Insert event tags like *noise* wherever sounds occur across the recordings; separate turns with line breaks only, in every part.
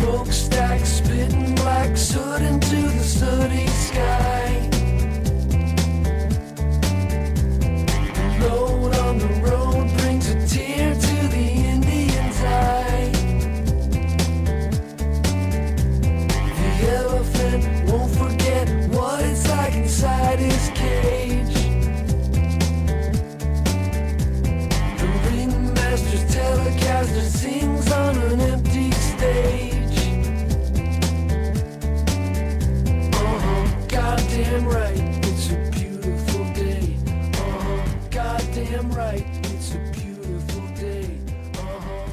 haystack, spitting black soot into the sooty sky. The road on the road brings a tear to the Indian's eye. The elephant won't forget what it's like inside his cage. The ringmaster's telecaster sings on an empty stage. Uh-huh, goddamn right, it's a beautiful day. Uh-huh, goddamn right, it's a beautiful day. Uh-huh.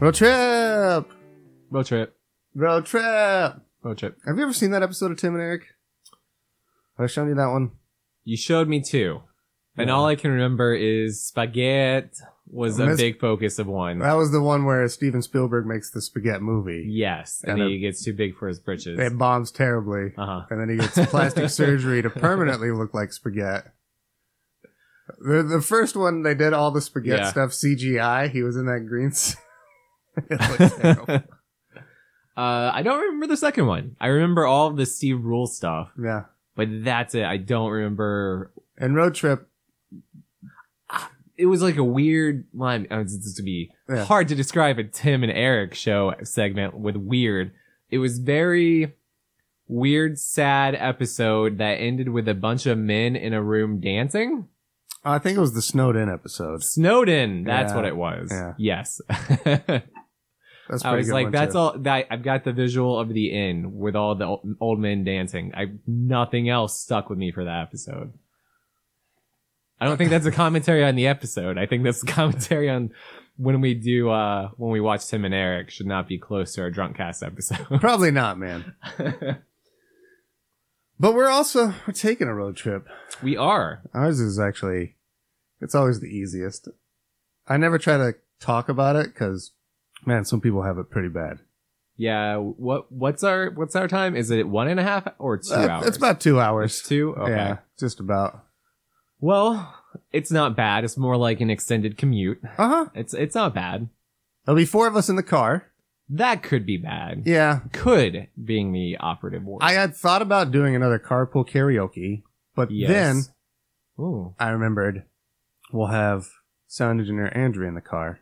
Road trip,
Road trip.
road trip.
Road trip.
Have you ever seen that episode of Tim and Eric? Have I shown you that one?
You showed me two. And all I can remember is spaghetti was a
Miss-
big focus of one.
That was the one where Steven Spielberg makes the spaghetti movie.
Yes. And
And
then
a-
he gets too big for his britches.
It bombs terribly,
Uh
*laughs*
huh.
and then he
*laughs*
gets plastic surgery to permanently look like spaghetti. The, the first one they did all the spaghetti
Yeah.
stuff CGI. He was in that green. *laughs* s- it looks terrible.
*laughs* Uh, I don't remember the second one. I remember all of the Steve Rule stuff,
yeah,
but that's it. I don't remember.
and road trip.
It was like a weird line. uh, It's it's to be
Yeah.
hard to describe a Tim and Eric show segment with weird. It was very weird, sad episode that ended with a bunch of men in a room dancing.
I think it was the Snowden episode.
Snowden. That's
Yeah.
what it was.
Yeah.
Yes. *laughs*
That's a
I
pretty
was
good
like,
one,
that's
too.
all. That, I've got the visual of the inn with all the old, old men dancing. I nothing else stuck with me for that episode. I don't think that's a commentary on the episode. I think that's a commentary on when we do uh when we watch Tim and Eric should not be close to our drunk cast episode. *laughs*
Probably not, man. But we're also we're taking a road trip.
we are.
Ours is actually, it's always the easiest. I never try to talk about it because, man, some people have it pretty bad.
Yeah. What what's our what's our time? Is it one and a half or two
Uh,
hours?
It's about two hours.
It's two. Okay.
Yeah, just about.
Well, it's not bad. It's more like an extended commute.
Uh huh.
It's it's not bad.
There'll be four of us in the car.
That could be bad.
Yeah,
Could being the operative word.
I uh, had thought about doing another carpool karaoke, but
Yes.
then
Ooh.
I remembered we'll have sound engineer Andrew in the car,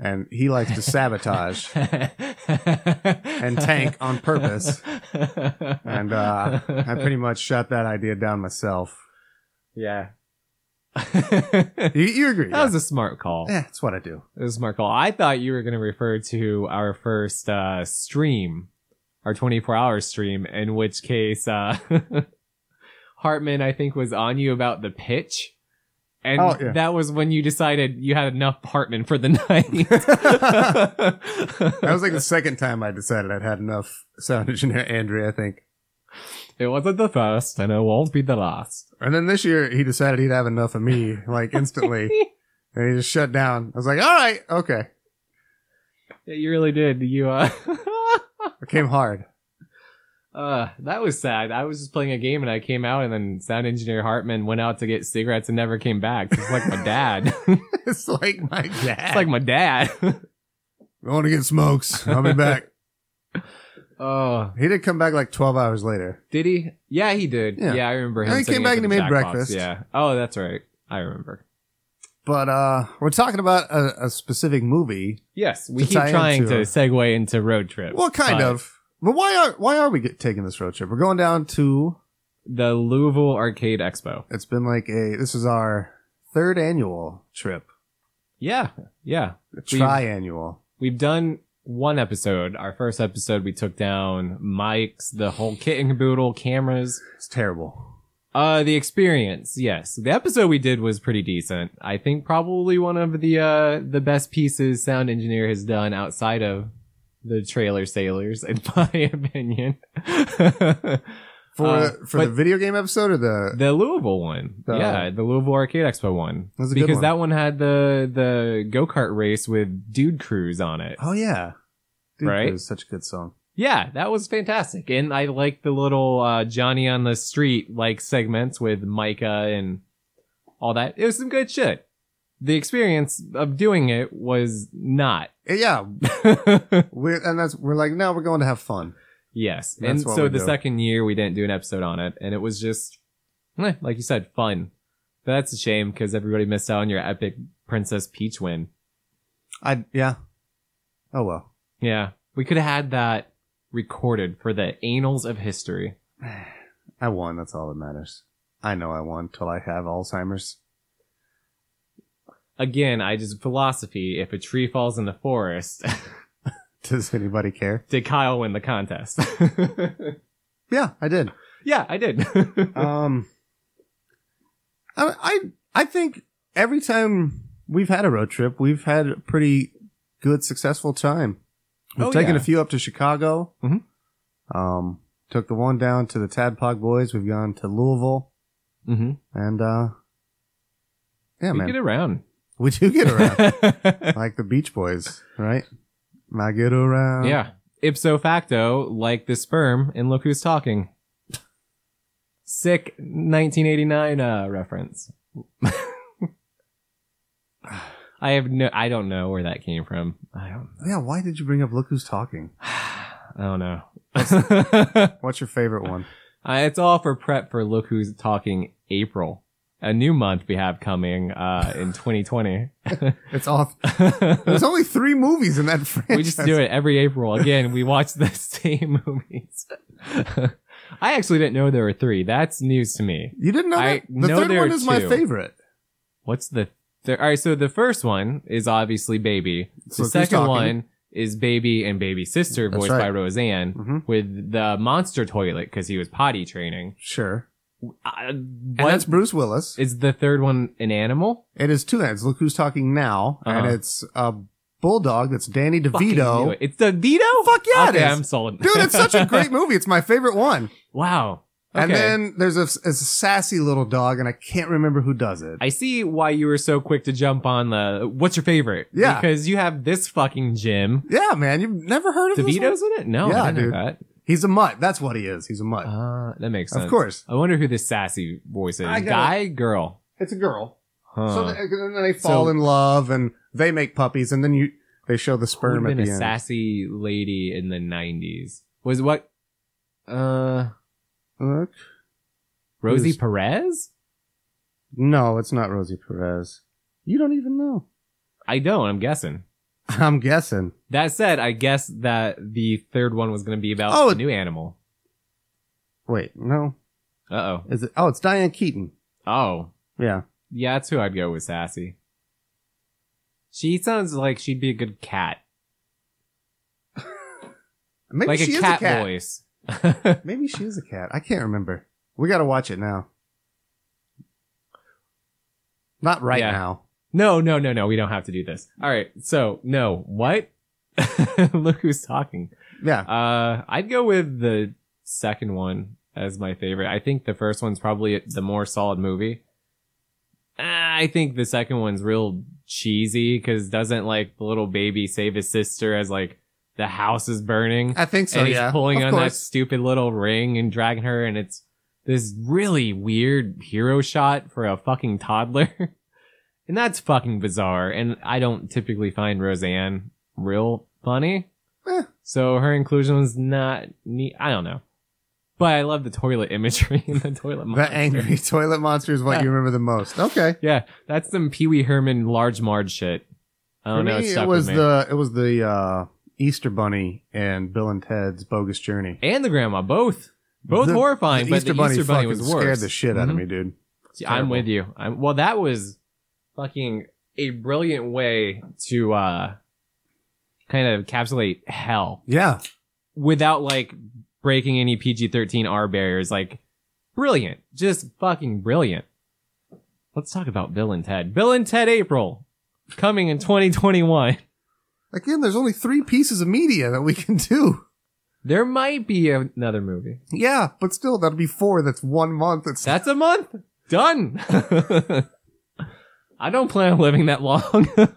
and he likes to
*laughs*
sabotage *laughs* and
and
tank on
*laughs*
purpose. And uh, I pretty much shot that idea down myself.
yeah. *laughs* that
You, you agree? yeah.
was a smart call.
Yeah, that's what I do.
It was a smart call. I thought you were going to refer to our first uh, stream, our 24 hour stream, in which case uh, *laughs* Hartman, I think, was on you about the pitch. And
Oh, yeah.
that was when you decided you had enough Hartman for the
*laughs*
*laughs* night.
That was like the second time I decided I'd had enough sound engineer Andrea, I think.
it wasn't the first, and it won't be the last.
And then this year he decided he'd have enough of me,
*laughs*
like instantly. and he just shut down. I was like, all right, okay.
Yeah, you really did. You uh, *laughs*
I came hard.
uh, that was sad. I was just playing a game, and I came out, and then sound engineer Hartman went out to get cigarettes and never came back. It's like my dad.
*laughs* it's like my dad.
It's like my dad. *laughs*
going to get smokes. I'll be back.
oh,
he did come back like 12 hours later.
did he? Yeah, he did.
Yeah.
Yeah, I remember him.
Yeah, he
sitting
came back
in
and
the
he made
Jack box.
breakfast.
Yeah. Oh, that's right. I remember.
But uh we're talking about a, a specific movie.
Yes, we
To tie
keep trying
into
to
it.
segue into road trip.
Well, kind
but
of. But why are why are we get, taking this road trip? We're going down to
The Louisville Arcade Expo.
it's been like a this is our third annual trip.
Yeah, yeah. We've-
triannual.
We've done one episode. Our first episode, we took down mics, the whole kit and caboodle, cameras.
It's terrible.
Uh, the experience, yes. The episode we did was pretty decent. I think probably one of the uh the best pieces sound engineer has done outside of the trailer sailors, in *laughs* my opinion. *laughs* the
For
Uh,
the, for the
but-
video game episode or the
Louisville one,
The-
yeah, the Louisville Arcade Expo one,
That's a good
because
one.
that one had the the go kart race with Dude Cruise on it.
Oh yeah. Dude,
Right?
It was such a good song.
Yeah, that was fantastic. And I like the little uh, Johnny on the street like segments with Micah and all that. It was some good shit. the experience of doing it was not. *laughs*
Yeah, we're and that's we're like no, we're going to have fun.
yes.
That's
and
what
so
we
the
do.
second year we didn't do an episode on it and it was just eh, like you said fun. But that's a shame cuz everybody missed out on your epic Princess Peach win.
I yeah. Oh well. *sighs*
Yeah. We could have had that recorded for the annals of history.
I won. That's all that matters. I know I won till I have Alzheimer's. *laughs*
Again, I just philosophy if a tree falls in the forest, *laughs*
Does anybody care?
did Kyle win the contest? *laughs*
Yeah, I did.
yeah, I did. *laughs* Mm-hmm.
um, I, I I think every time we've had a road trip, we've had a pretty good, successful time. We've
Oh,
taken
yeah.
a few up to Chicago.
Mhm.
Um, took the one down to the Tadpog Boys. We've gone to Louisville,
mm-hmm.
and uh, yeah,
we
man,
get around.
we do get around *laughs* like the Beach Boys, right? I get around.
*laughs* yeah. Ipso facto, like the sperm, and look who's talking. Sick 1989 uh, reference. *sighs* I have no, I don't know where that came from. I don't,
yeah. Why did you bring up Look Who's Talking?
I don't *laughs* know.
What's your favorite
*laughs*
one?
Uh, it's all for prep for Look Who's Talking April, a new month we have coming uh,
*laughs*
in 2020.
It's all. There's only three movies in that franchise.
we just do it every April. Again, we watch the *laughs* same movies. *laughs* I actually didn't know there were three. That's news to me.
You didn't know
I
that? The
know
third
there
one
are
is my
two.
favorite.
What's the third? All right, so the first one is obviously Baby.
So
The
who's
second
talking?
one is Baby and Baby Sister,
That's
voiced
right.
by Roseanne,
Mhm.
with the monster toilet because he was potty training.
Sure.
Uh,
And that's
what
Bruce Willis.
is the third one? An animal?
It is two hands. Look who's talking now. And
Uh-huh.
it's a bulldog that's Danny
Fucking knew
DeVito.
it. It's the Vito?
Fuck yeah, it
okay,
is.
I'm sold.
Dude, it's such a great movie. It's my favorite one.
*laughs* wow. Okay.
And then there's a, a sassy little dog, and I can't remember who does it.
I see why you were so quick to jump on the what's your favorite?
Yeah.
Because you have this fucking Jim.
yeah, man. You've never heard of this one?
DeVito's in it? No,
Yeah,
I didn't
dude.
know that.
He's a mutt. That's what he is. He's a mutt.
Uh, that makes sense.
of course.
I wonder who this sassy voice is.
I gotta-
Guy, girl.
It's a girl.
Huh.
So they, and then they fall
Uh. So-
in love, and they make puppies, and then you they show the
Who would've
sperm at
been
the
a
end.
sassy lady in the 90s. Was what? Uh,
Look.
Rosie
Who's-
Perez?
No, it's not Rosie Perez. You don't even know. *laughs*
I don't, I'm guessing.
I'm guessing.
That said, I guess that the third one was going to be about
Oh,
a
it-
new animal.
Wait, no.
Uh
Is it? Oh, it's Diane Keaton.
oh. Oh.
Yeah.
Yeah, that's who I'd go with, Sassy. She sounds like she'd be a good cat.
Maybe
like
she
a
is
cat,
a cat.
voice.
*laughs* Maybe she is a cat. I can't remember. We got to watch it now. Not right
Yeah.
now.
No, no, no, no. We don't have to do this. All right. So, no. What? *laughs* Look who's talking.
Yeah.
Uh, I'd go with the second one as my favorite. I think the first one's probably the more solid movie. Uh, I think the second one's real cheesy because doesn't like the little baby save his sister as like the house is burning.
I think so,
and he's
yeah.
pulling
of
on that
course.
stupid little ring and dragging her, and it's this really weird hero shot for a fucking toddler, *laughs* and that's fucking bizarre. And I don't typically find Roseanne real funny,
Eh.
so her inclusion was not neat. I don't know, but I love the toilet imagery and the
*laughs*
toilet.
The
monster.
angry
*laughs*
toilet monster is what
Yeah.
you remember the most.
*laughs*
Okay.
Yeah, that's some Pee Wee Herman large marge shit. I
For
don't know.
me,
Oh, it stuck
it was
with me.
the it was the uh, Easter Bunny and Bill and Ted's Bogus Journey.
and the grandma both. Both
The-
horrifying,
the
but
Easter
the
Bunny
Easter Bunny
fucking
was worse.
scared the shit out
Mhm.
of me, dude.
See, I'm
terrible.
with you. I'm, well, that was fucking a brilliant way to uh, kind of encapsulate hell
Yeah.
without like breaking any PG-13 R barriers. Like, brilliant, just fucking brilliant. Let's talk about Bill and Ted. Bill and Ted April coming in 2021.
Again, there's only three pieces of media that we can do.
There might be another movie.
Yeah, but still, that'll be four. That's one month. It's
*laughs* That's a month done. *laughs* I don't plan on living that long. *laughs*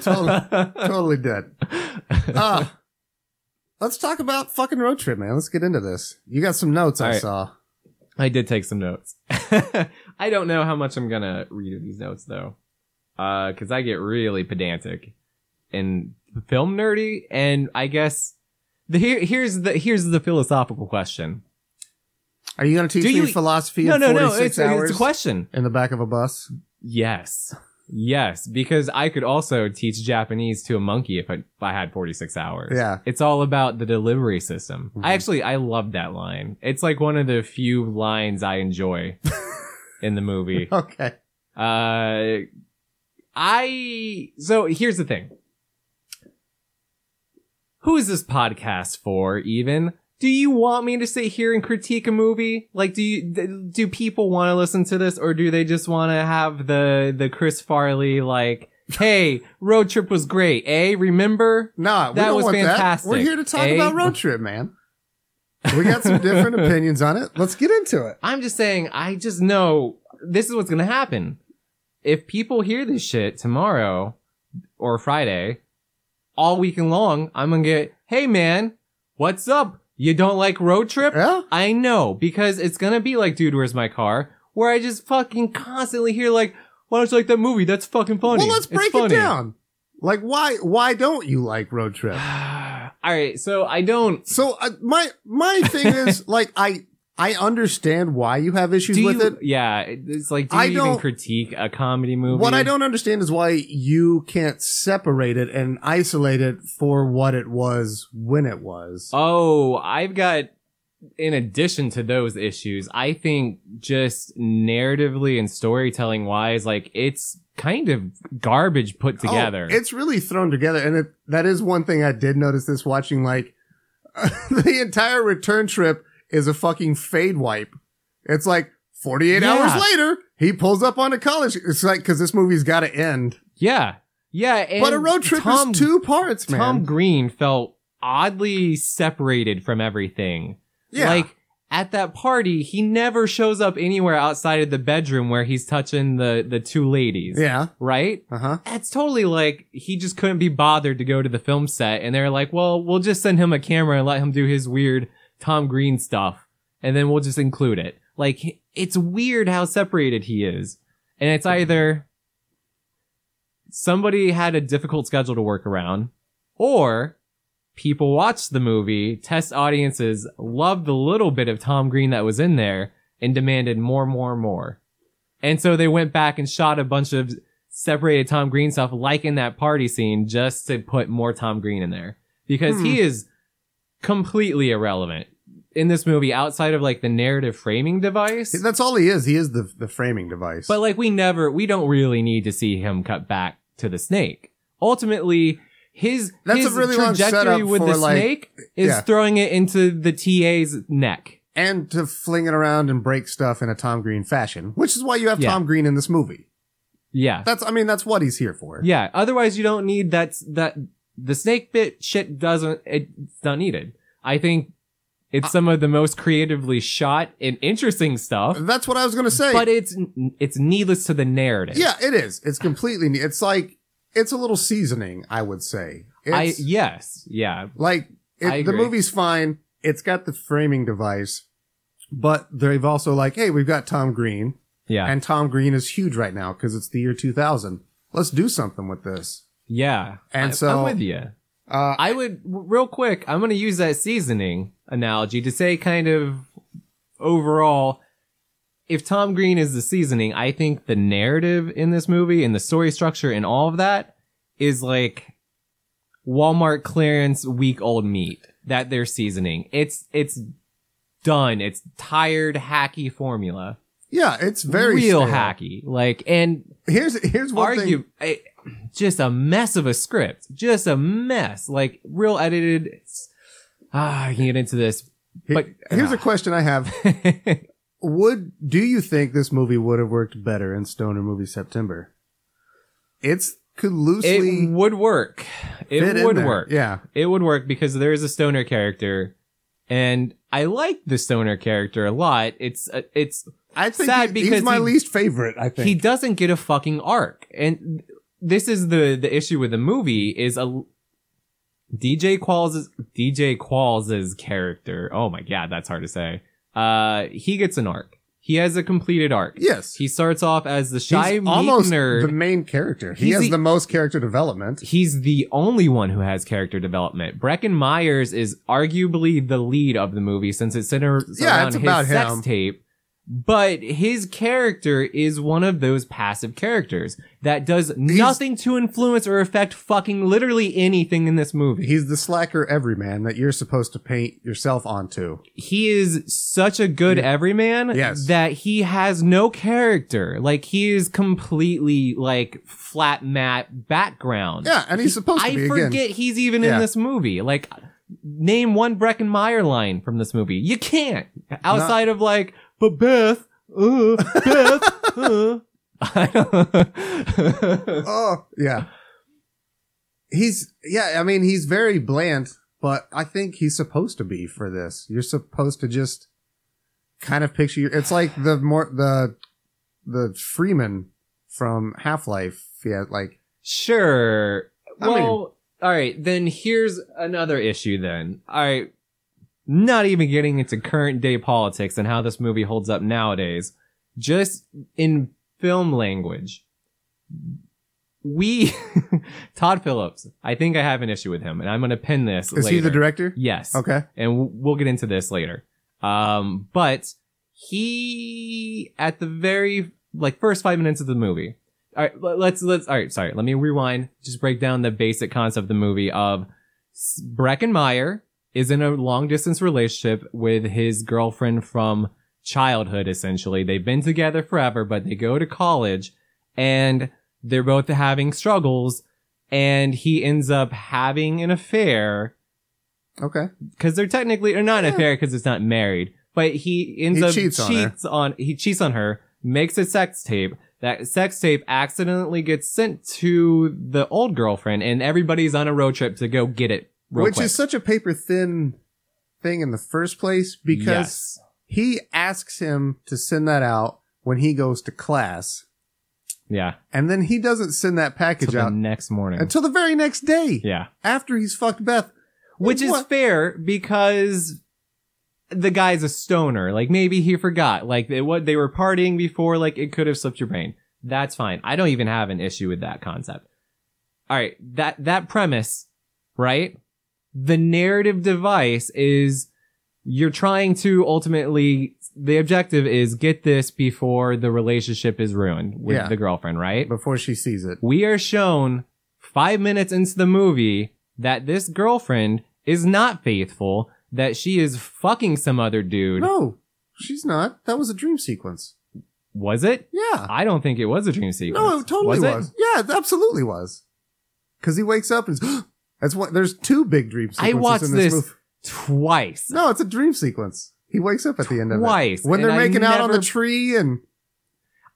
Totally. totally dead. Uh, let's talk about fucking road trip, man. Let's get into this. You got some notes
All
I
right.
saw.
*laughs* I did take some notes. I don't know how much I'm gonna read of these notes though. because I get really pedantic and film nerdy. And I guess the here here's the here's the philosophical question.
Are you going to teach
Do
me
you- e-
philosophy
No,
in
no, no.
46
It's,
hours
it's a question.
in the back of a bus? *laughs*
Yes. Yes, because I could also teach Japanese to a monkey if I, if I had 46 hours.
Yeah.
It's all about the delivery system.
Mhm.
I actually, I love that line. It's like one of the few lines I
*laughs*
enjoy in the movie.
Okay.
Uh, I, so here's the thing. Who is this podcast for even? Do you want me to sit here and critique a movie? Like, do you, th- do people want to listen to this or do they just want to have the, the Chris Farley, like, hey, road trip was great, eh? Remember?
Nah, we
That
don't
was
want
fantastic,
that. We're here to talk
eh?
about road trip, man. We got some
*laughs*
different opinions on it. Let's get into it.
I'm just saying, I just know this is what's gonna happen. If people hear this shit tomorrow or Friday, all weekend long, I'm gonna get, hey man, what's up? You don't like road trip?
Yeah.
I know, because it's gonna be like, dude, where's my car? Where I just fucking constantly hear like, why don't you like that movie? That's fucking funny.
Well, let's
It's
break it
funny." *sighs*
down. Like, why? Why don't you like road trip?
all right, so I don't.
So uh, my my
*laughs*
thing is like I I understand why you have issues
Do
with
you,
it.
Yeah, it's like, do you
I
even
don't-
critique a comedy movie?
What I don't understand is why you can't separate it and isolate it for what it was when it was.
Oh, I've got. In addition to those issues, I think just narratively and storytelling wise, like it's kind of garbage put
Oh,
together.
it's really thrown together, and it, that is one thing I did notice this watching. Like *laughs* the entire return trip is a fucking fade wipe. It's like 48
Yeah.
hours later, he pulls up on a college. It's like because this movie's got to end.
yeah, yeah. And
but a road trip
Tom,
is two parts, man.
Tom Green felt oddly separated from everything.
yeah,
Like at that party, he never shows up anywhere outside of the bedroom where he's touching the the two ladies.
yeah,
Right.
uh huh.
That's totally like he just couldn't be bothered to go to the film set, and they're like, "Well, we'll just send him a camera and let him do his weird Tom Green stuff, and then we'll just include it." Like it's weird how separated he is, and it's either somebody had a difficult schedule to work around, or people watched the movie, test audiences loved the little bit of Tom Green that was in there, and demanded more, more, more. And so they went back and shot a bunch of separated Tom Green stuff, like in that party scene, just to put more Tom Green in there because he is completely irrelevant in this movie outside of like the narrative framing device.
That's all he is. He is the the framing device.
But like we never, we don't really need to see him cut back to the snake. Ultimately, his
That's a
his
really long
trajectory
setup
with
for,
the
like-
snake is
yeah.
throwing it into the TA's neck.
and to fling it around and break stuff in a Tom Green fashion, which is why you have
Yeah.
Tom Green in this movie.
Yeah,
That's I mean that's what he's here for.
yeah. Otherwise, you don't need that. That the snake bit shit doesn't. It's not needed. I think
Uh,
it's some of the most creatively shot and interesting stuff,
That's what I was gonna say.
but it's it's needless to the narrative.
Yeah, it is. It's completely. ne- It's like it's a little seasoning, I would say. It's
I yes, yeah.
like
I
it, the
agree.
movie's fine. It's got the framing device, but they've also like, hey, we've got Tom Green,
Yeah.
and Tom Green is huge right now because it's the year 2000. Let's do something with this.
yeah.
And
I- I'm
so-
with you.
Uh,
I would w- real quick. I'm going to use that seasoning analogy to say kind of overall. If Tom Green is the seasoning, I think the narrative in this movie and the story structure and all of that is like Walmart clearance week old meat that they're seasoning. It's it's done. It's tired hacky formula.
yeah, it's very
real
sterile.
hacky. Like and
Here's here's one thing.
argue I, just a mess of a script just a mess like real edited it's- ah i can get into this
Here-
but- ah.
here's
*laughs*
a question I have. would do you think this movie would have worked better in Stoner Movie September? It's could loosely
it would work
fit
it
in
would
there.
work
Yeah,
it would work because there is a stoner character and i like the stoner character a lot it's uh, it's
I think
Sad
he-
because
he's my
he-
least favorite. I think
he doesn't get a fucking arc and this is the the issue with the movie is a dj qualls dj qualls's character oh my god that's hard to say uh he gets an arc He has a completed arc.
Yes.
He starts off as the
He's
shy meat
almost
nerd.
the main character. He
He's
has
the-
the most character development.
He's the only one who has character development. Brecken Myers is arguably the lead of the movie since it centers
Yeah,
around
it's
his
about
sex
him.
tape. But his character is one of those passive characters that does nothing to influence or affect fucking literally anything in this movie.
He's the slacker everyman that you're supposed to paint yourself onto.
He is such a good everyman
Yes.
that he has no character. Like he is completely like flat mat background.
Yeah, and he's supposed to
I
be
forget
again.
he's even in
Yeah.
this movie. Like, name one Brecken Meyer line from this movie. You can't. Outside of like, but Beth, uh, Beth, uh. *laughs* I don't- *laughs*
Oh, yeah. He's yeah, I mean he's very bland, but I think he's supposed to be for this. You're supposed to just kind of picture your, it's like the more the the Freeman from Half-Life. Yeah, like
sure.
I
well,
mean-
all right. Then here's another issue. Then all right. Not even getting into current day politics and how this movie holds up nowadays. Just in film language, we *laughs* Todd Phillips. I think I have an issue with him, and I'm going to pin this.
is he the
later.
director?
Yes.
Okay.
And w- we'll get into this later. Um, but he at the very like first five minutes of the movie. All right, le- let's let's all right. Sorry, let me rewind. Just break down the basic concept of the movie. Of S- Breckenmeyer is in a long distance relationship with his girlfriend from childhood. Essentially, they've been together forever, but they go to college, and they're both having struggles. And he ends up having an affair
Okay.
because they're technically or not an affair because it's not married. But he ends
He
up
cheats on her.
cheats on, he cheats on her, makes a sex tape. That sex tape accidentally gets sent to the old girlfriend, and everybody's on a road trip to go get it. Real
Which
quick.
is such a paper thin thing in the first place because
Yes.
he asks him to send that out when he goes to class,
yeah,
and then he doesn't send that
till
package
the
out
next morning.
until the very next day
yeah,
after he's fucked Beth.
which is
What-
fair because the guy's a stoner. Like maybe he forgot. Like they, what they were partying before. Like it could have slipped your brain. That's fine. I don't even have an issue with that concept. All right, that that premise, right? The narrative device is you're trying to ultimately the objective is get this before the relationship is ruined with
Yeah.
the girlfriend, right?
before she sees it.
we are shown five minutes into the movie that this girlfriend is not faithful, that she is fucking some other dude.
No, she's not. That was a dream sequence.
Was it?
Yeah.
I don't think it was a dream sequence.
No, it totally
it?
was. Yeah, it absolutely was. Because he wakes up and is- *gasps* that's what. There's two big dream
I
sequences
watched
in this,
this,
movie.
twice.
No, it's a dream sequence. He wakes up at the end of
Twice,
it when
and
they're
I
making out on the
never-
tree and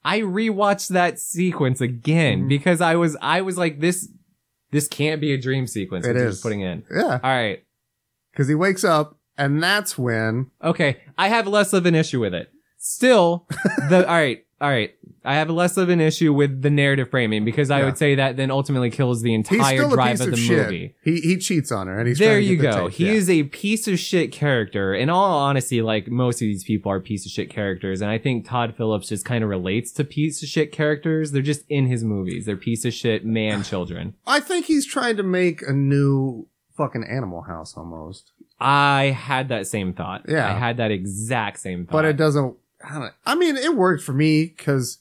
I rewatched that sequence again
Mhm.
because I was I was like this this can't be a dream sequence.
It
which was
is.
putting in.
yeah,
All right.
because he wakes up and that's when
Okay, I have less of an issue with it. Still,
*laughs*
the all right, all right. I have less of an issue with the narrative framing because I
Yeah.
would say that then ultimately kills the
he's
entire
still a
drive
piece
of
of,
the
shit.
movie.
He he cheats on her and he's
there
trying to
you
get the
go.
tape.
He
Yeah.
is a piece of shit character. In all honesty, like most of these people are piece of shit characters, and I think Todd Phillips just kind of relates to piece of shit characters. They're just in his movies. They're piece of
*sighs*
shit man children.
I think he's trying to make a new fucking Animal House almost,
I had that same thought.
Yeah.
I had that exact same thought.
but it doesn't. I, don't, I mean, it worked for me because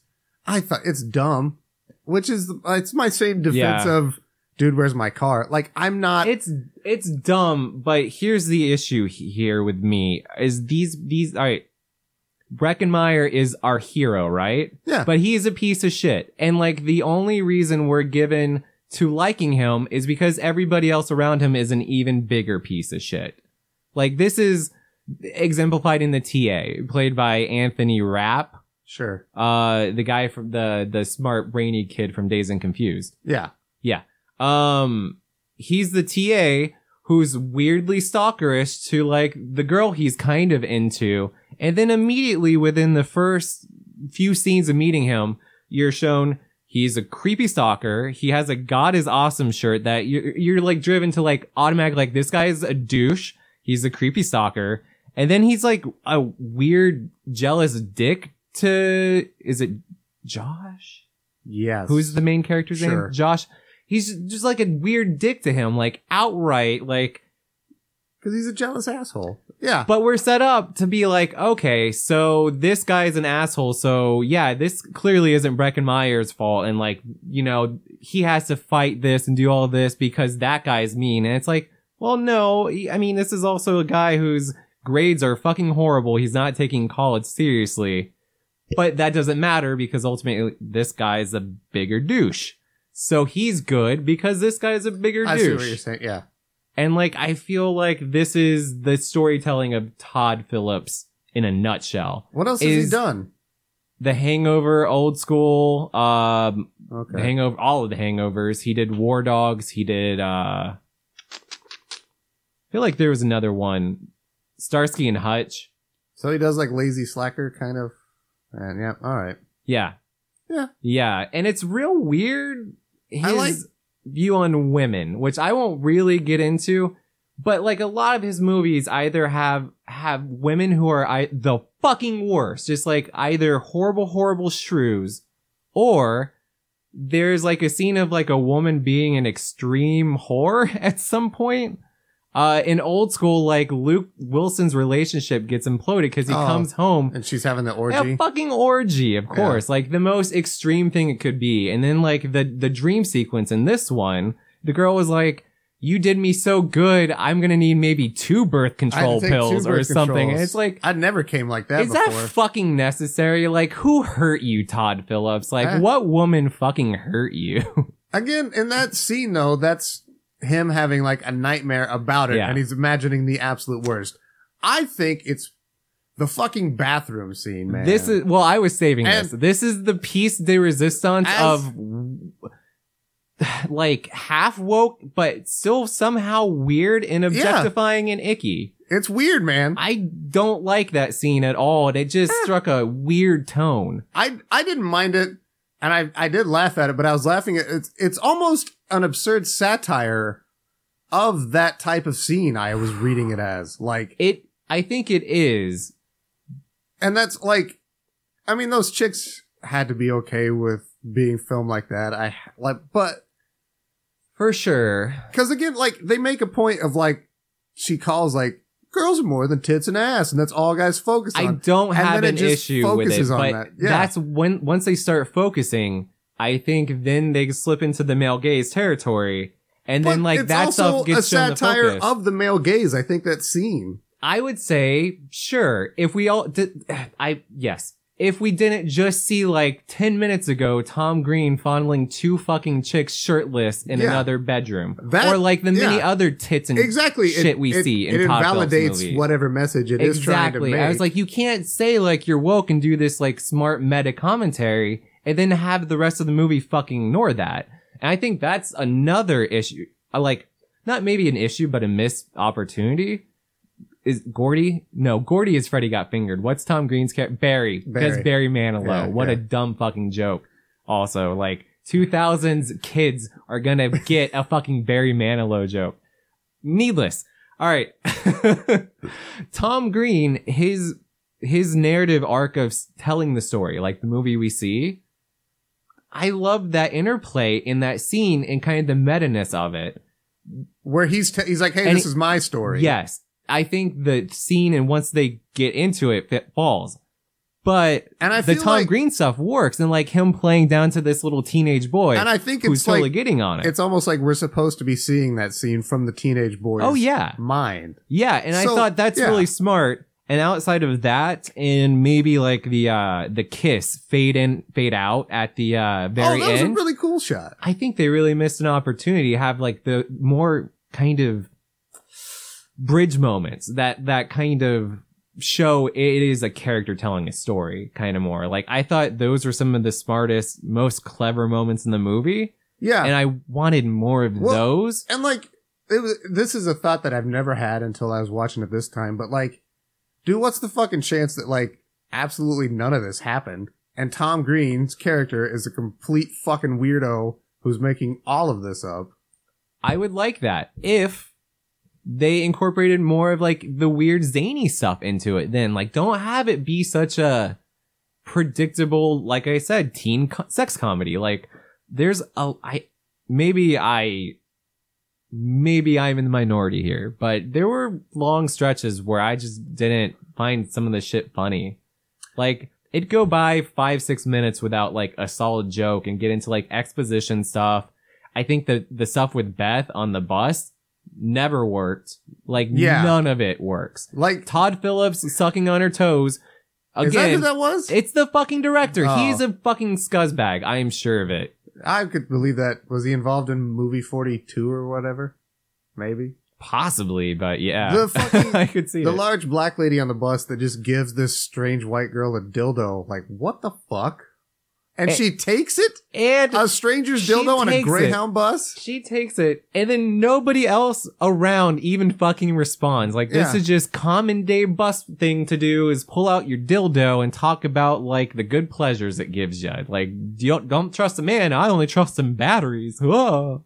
I thought it's dumb, which is it's my same defense
Yeah.
of dude, where's my car? Like I'm not.
it's it's dumb, but here's the issue he- here with me is these these all right. Breckenmeyer is our hero, right?
Yeah.
But he is a piece of shit. And like the only reason we're given to liking him is because everybody else around him is an even bigger piece of shit. Like this is exemplified in the TA, played by Anthony Rapp,
sure.
uh the guy from the the smart brainy kid from Days and Confused.
Yeah.
Um, he's the TA who's weirdly stalkerish to like the girl he's kind of into. And then immediately within the first few scenes of meeting him, you're shown he's a creepy stalker. He has a God is awesome shirt that you're, you're like driven to like automatic, like this guy is a douche. He's a creepy stalker. And then he's like a weird, jealous dick to is it Josh?
Yes.
Who's the main character's
Sure.
name? Josh. He's just like a weird dick to him, like outright, like.
Because he's a jealous asshole. Yeah.
But we're set up to be like, okay, so this guy's an asshole. So yeah, this clearly isn't Breckin Meyer's fault, and like, you know, he has to fight this and do all this because that guy's mean. And it's like, well, no, he- I mean, this is also a guy whose grades are fucking horrible. He's not taking college seriously, but that doesn't matter because ultimately this guy's a bigger douche. So he's good because this guy's a bigger
I
douche.
see what you're saying. Yeah.
And like, I feel like this is the storytelling of Todd Phillips in a nutshell.
What else has he
Is-
done?
The Hangover, old school, um, the
Okay.
Hangover, all of the Hangovers. He did War Dogs. He did. uh I feel like there was another one, Starsky and Hutch.
so he does like lazy slacker kind of. And yeah. All right.
Yeah,
Yeah.
yeah. And it's real weird. His
I like-
view on women, which I won't really get into. but like a lot of his movies either have have women who are I, the fucking worst just like either horrible horrible shrews or there's like a scene of like a woman being an extreme whore *laughs* at some point uh in old school like luke wilson's relationship gets imploded because he
Oh.
comes home
And she's having the
a
orgy.
fucking orgy, of
Yeah.
course. Like the most extreme thing it could be. And then like the the dream sequence in this one, the girl was like, "You did me so good. I'm gonna need maybe two birth control
take two
pills or
birth
something." And
controls.
it's like.
I never came like that
is that
before.
fucking necessary? Like, who hurt you, Todd Phillips? Like,
Eh.
what woman fucking hurt you?
Again, in that scene though, that's him having like a nightmare about it
Yeah.
and he's imagining the absolute worst. I think it's the fucking bathroom scene, man.
This is well, I was saving
And-
this. This is the piece de resistance
As-
of *sighs* like half woke, but still somehow weird and objectifying and icky.
it's weird, man.
I don't like that scene at all. and It just
Eh.
struck a weird tone.
I I didn't mind it, and I I did laugh at it, but I was laughing at it's it's almost an absurd satire of that type of scene. I was reading it as like,
It, I think it is.
and that's like, I mean, those chicks had to be okay with being filmed like that. I like, but
For sure.
because again, like they make a point of like she calls like girls are more than tits and ass, and that's all guys focus
I
on.
don't
And
have
then it
an
just
issue with it,
focuses on
but
that. Yeah.
that's when once they start focusing, I think then they slip into the male gaze territory, and
But
then like
it's
that
also
stuff gets
a
shown the
satire
focus.
of the male gaze. I think that scene.
I would say sure if we all did, *sighs* I yes if we didn't just see like ten minutes ago Tom Green fondling two fucking chicks shirtless in
Yeah.
another bedroom,
That-
or like the many
yeah.
other tits and
exactly
shit we see in
it
Todd Phillips
invalidates
movie.
whatever message it is trying to
exactly.
make.
I was like, you can't say like you're woke and do this like smart meta commentary and then have the rest of the movie fucking ignore that. And I think that's another issue. I like not maybe an issue, but a missed opportunity. Is Gordy? No, Gordy is Freddy got fingered. What's Tom Green's character? Barry.
Barry.
That's Barry Manilow.
Yeah,
what
yeah.
a dumb fucking joke. Also, like 2000s kids are gonna get a fucking Barry Manilow joke. Needless. All right. *laughs* Tom Green, his his narrative arc of s- telling the story, like the movie we see, I love that interplay in that scene and kind of the meta ness of it.
where he's t- he's like, hey,
And
this
it-
is my story.
Yes, I think the scene and once they get into it, it falls. But
and I
the
feel
Tom
like,
Green stuff works, and like him playing down to this little teenage boy
and I think
who's
it's
totally
like
getting on it.
it's almost like we're supposed to be seeing that scene from the teenage boy's
Oh yeah,
mind.
Yeah, and I
So,
thought that's
yeah.
really smart. And outside of that, and maybe like the uh the kiss fade in, fade out at the uh very
oh, that was a
end.
really cool shot.
I think they really missed an opportunity to have like the more kind of bridge moments that that kind of show it is a character telling a story kind of more. Like I thought those were some of the smartest, most clever moments in the movie,
Yeah,
and
and,
I wanted more of
Well,
those.
like it was, this is a thought that I've never had until I was watching it this time. But like, dude, what's the fucking chance that like absolutely none of this happened? And Tom Green's character is a complete fucking weirdo who's making all of this up.
I would like that if they incorporated more of like the weird zany stuff into it then like don't have it be such a predictable, like I said, teen co- sex comedy. Like there's a I maybe I maybe I'm in the minority here, but there were long stretches where I just didn't find some of the shit funny. Like it'd go by five, six minutes without like a solid joke and get into like exposition stuff. I think that the stuff with Beth on the bus never worked. Like
Yeah.
none of it works.
Like,
Todd Phillips sucking on her toes.
is that who
Again,
that was?
it's the fucking director.
Oh.
He's a fucking scuzzbag. I am sure of it.
I could believe that. Was he involved in movie 42 or whatever? Maybe.
Possibly, but yeah.
The fucking-
*laughs* I could see
The
it.
large black lady on the bus that just gives this strange white girl a dildo. Like, what the fuck? And
Eh.
she takes it?
and
A stranger's
She
dildo on a
takes it.
Greyhound bus?
she takes it, and then nobody else around even fucking responds. Like this
Yeah.
is just common day bus thing to do is pull out your dildo and talk about like the good pleasures it gives you. Like you don't trust a man. I only trust some batteries. Whoa.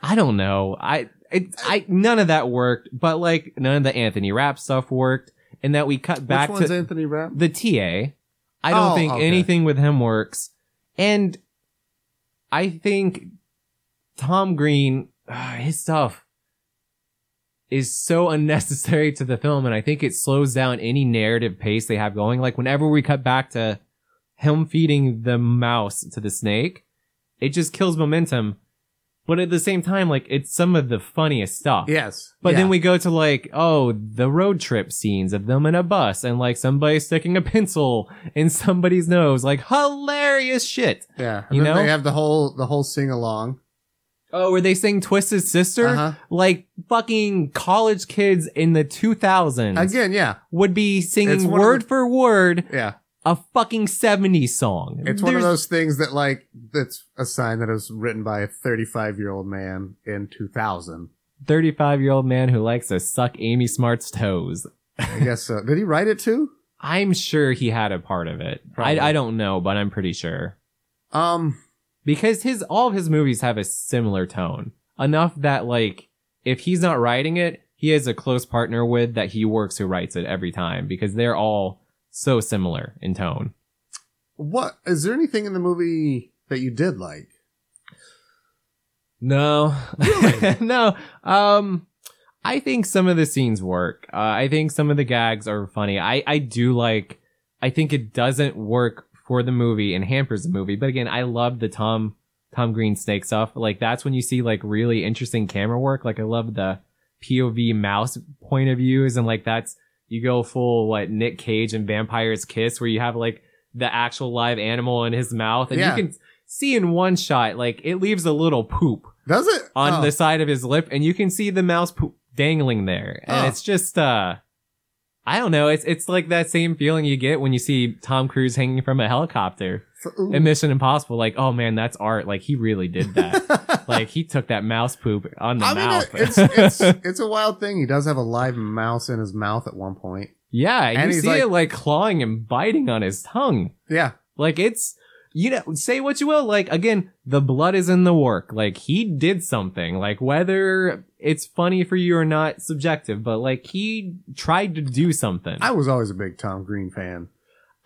I don't know. I it, I none of that worked, but like none of the Anthony Rapp stuff worked, and that we cut back
Which
to
one's Anthony Rapp?
the TA. I don't
Oh,
think
okay.
anything with him works. And I think Tom Green, ah, his stuff is so *laughs* unnecessary to the film. And I think it slows down any narrative pace they have going. Like whenever we cut back to him feeding the mouse to the snake, it just kills momentum. But at the same time, like it's some of the funniest stuff.
Yes.
But
Yeah.
then we go to like, oh, the road trip scenes of them in a bus and like somebody sticking a pencil in somebody's nose. Like hilarious shit.
Yeah.
you
And then
know?
they have the whole the whole sing along.
Oh, were they saying Twisted Sister?
Uh-huh.
Like fucking college kids in the 2000s
Again, yeah.
would be
It's
singing
one of
word
the-
for word
Yeah.
a fucking 70s song.
It's one of
There's-
those things that like that's a sign that it was written by a 35 year old man in 2000.
35 year old man who likes to suck Amy Smart's toes.
I *laughs* guess so. Did he write it too?
I'm sure he had a part of it.
Probably.
I, I don't know, but I'm pretty sure.
Um,
because his all of his movies have a similar tone enough that like if he's not writing it he has a close partner with that he works who writes it every time because they're all so similar in tone
what is there anything in the movie that you did like?
no *laughs* no um i think some of the scenes work uh, i think some of the gags are funny i i do like i think it doesn't work for the movie and hampers the movie but again i love the tom tom green snake stuff like that's when you see like really interesting camera work like i love the POV mouse point of views and like that's you go full what Nick Cage and Vampire's Kiss where you have like the actual live animal in his mouth and
Yeah.
you can see in one shot like it leaves a little poop
Does it
on
Oh,
the side of his lip and you can see the mouse poop dangling there and
Oh.
it's just uh I don't know it's it's like that same feeling you get when you see Tom Cruise hanging from a helicopter
so- ooh. *laughs*
in Mission Impossible like oh man that's art like he really did that like he took that mouse poop on the
I mean,
mouth
it- it's it's it's a wild thing. He does have a live mouse in his mouth at one point.
*laughs* Yeah,
And
you
he's
see
like-
it like clawing and biting on his tongue.
Yeah,
Like it's you know, say what you will, like again, the blood is in the work. Like he did something. Like whether it's funny for you or not, subjective, but like he tried to do something.
I was always a big Tom Green fan.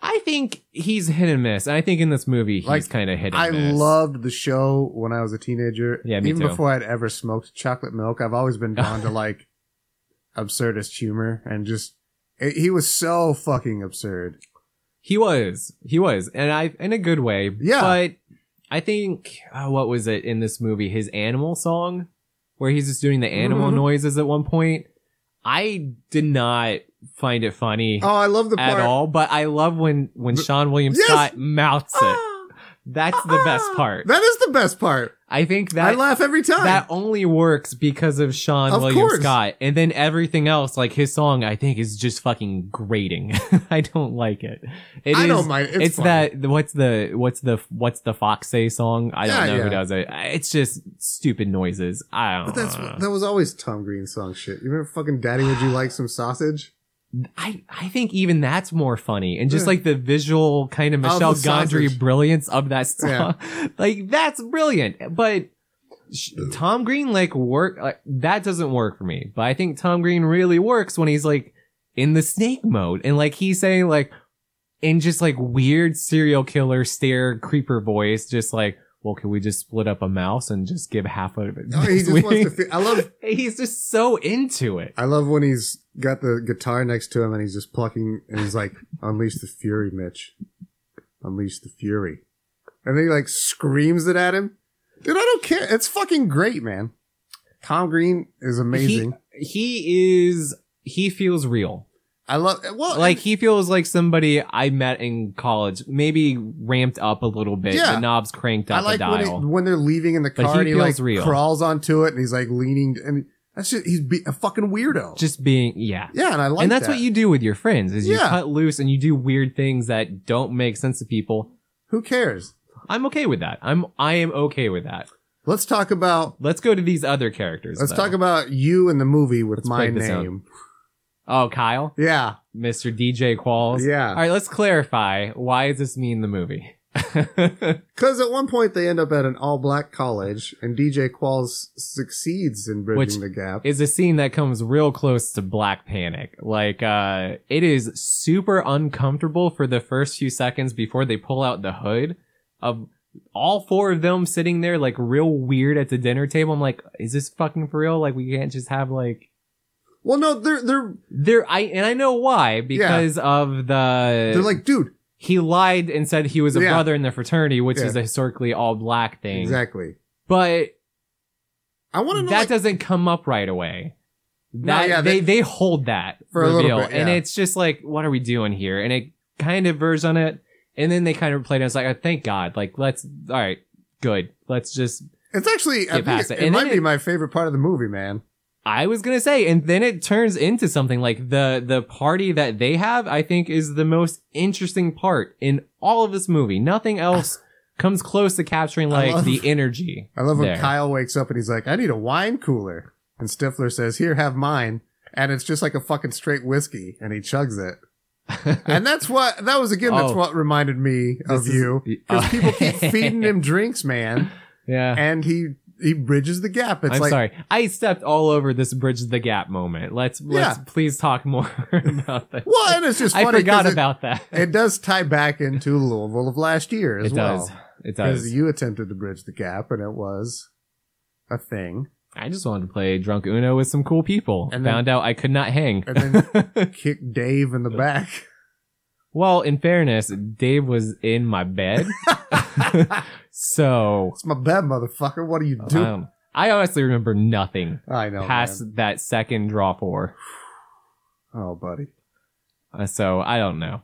I think he's hit and miss. And I think in this movie he's
Like,
kind of hit and
I
miss.
loved the show when I was a teenager.
Yeah, me
even
too.
before I'd ever smoked chocolate milk, I've always
*laughs*
been drawn to like absurdist humor and just it, he was so fucking absurd.
He was. He was. And I in a good way.
Yeah.
But I think uh, what was it in this movie? His animal song where he's just doing the animal
Mhm.
noises at one point. I did not find it funny
Oh, I love the
at
part.
all, but I love when when
The-
Sean William
Yes!
Scott mouths it.
Ah,
That's the best
ah.
part.
That is the best part.
I think
I
that
laugh every time.
that only works because of Sean
Of
William
course.
Scott. And then everything else, like his song, I think is just fucking grating. *laughs* I don't like it. It
I
is-
don't mind. It's,
it's
funny.
that what's the what's the what's the fox say song? I don't
Yeah,
know
yeah.
who does it. It's just stupid noises. I don't.
But that's
know.
that was always Tom Green song shit. You remember fucking Daddy? Would you like some
*laughs*
sausage?
I I think even that's more funny, and just
Yeah.
like the visual kind of
Hmm. the
Michelle Gondry
sausage.
brilliance of that song, *laughs* like that's brilliant. But sh- Tom Green like work like that doesn't work for me. But I think Tom Green really works when he's like in the snake mode and like he's saying like in just like weird serial killer stare creeper voice, just like, well, can we just split up a mouse and just give half of it?
Oh, he
next
just wants to
week?"
feel, I love
*laughs* He's just so into it.
I love when he's got the guitar next to him and he's just plucking and he's like, Unleash the fury, Mitch. Unleash the fury. And then he like screams it at him. Dude, I don't care. It's fucking great, man. Tom Green is amazing.
He, he is. He feels real.
I love well
Like he feels like somebody I met in college, maybe ramped up a little bit.
Yeah.
The knobs cranked up
I like
a
when, he,
dial.
when they're leaving in the
But
car
he
and he
feels
like
real.
crawls onto it and he's like leaning and that's just he's be, a fucking weirdo.
just being, yeah.
yeah, and I like
and that's
that.
what you do with your friends is you
Yeah.
cut loose and you do weird things that don't make sense to people.
Who cares?
I'm okay with that. I'm I am okay with that.
Let's talk about
Let's go to these other characters.
let's
though.
talk about you and the movie with
Let's
my
break this out.
name.
Oh, Kyle,
Yeah.
Mr. DJ Qualls.
Yeah.
All right, let's clarify. Why does this mean the movie? *laughs*
Because at one point they end up at an all black college, and DJ Qualls succeeds in bridging
Which
the gap.
is a scene that comes real close to Black Panic. Like, uh, it is super uncomfortable for the first few seconds before they pull out the hood of all four of them sitting there, like, real weird at the dinner table. I'm like, is this fucking for real? Like, we can't just have, like,
well, no, they're they're
there, I, and I know why, because of the,
they're like, dude,
he lied and said he was a
Yeah.
brother in the fraternity, which
Yeah.
is a historically all black thing.
exactly.
But
I want to know
that
like,
doesn't come up right away.
No,
That
yeah,
they, they hold that
For a little
reveal,
bit,
and
yeah.
it's just like, what are we doing here? And it kind of verges on it, and then they kind of played. it. It's like, oh, thank God, like let's all right, good. Let's just.
it's actually I
get
think
past
it,
it.
it
And
might
then
be
it-
my favorite part of the movie, man.
I was gonna say, and then it turns into something like the the party that they have. I think is the most interesting part in all of this movie.
*laughs*
Nothing else comes close to capturing
I
like
love-
the energy.
I love when
there.
Kyle wakes up and he's like, I need a wine cooler, and Stifler says, Here, have mine, and it's just like a fucking straight whiskey, and he chugs it.
*laughs*
and that's what that was again. That's
Oh.
what reminded me of
This is-
you because
Oh.
people
*laughs*
keep feeding him drinks, man,
Yeah.
*laughs* and he he bridges the gap. It's
I'm
like
sorry. I stepped all over this bridge the gap moment. Let's let's please talk more *laughs* about that.
Well, and it's just
I
funny
forgot
'cause it-
about that.
It, does tie back into Louisville of last year as
It
well.
does. It does.
you attempted to bridge the gap, and it was a thing.
I just wanted to play drunk Uno with some cool people.
And
And
then-
found out I could not hang.
And
*laughs*
then kick Dave in the back.
Well, in fairness, Dave was in
*laughs*
my bed, so
It's my bed, motherfucker. What are you doing?
um, I honestly remember nothing
I know.
past
man.
that second draw four.
Oh, buddy.
Uh, so I don't know.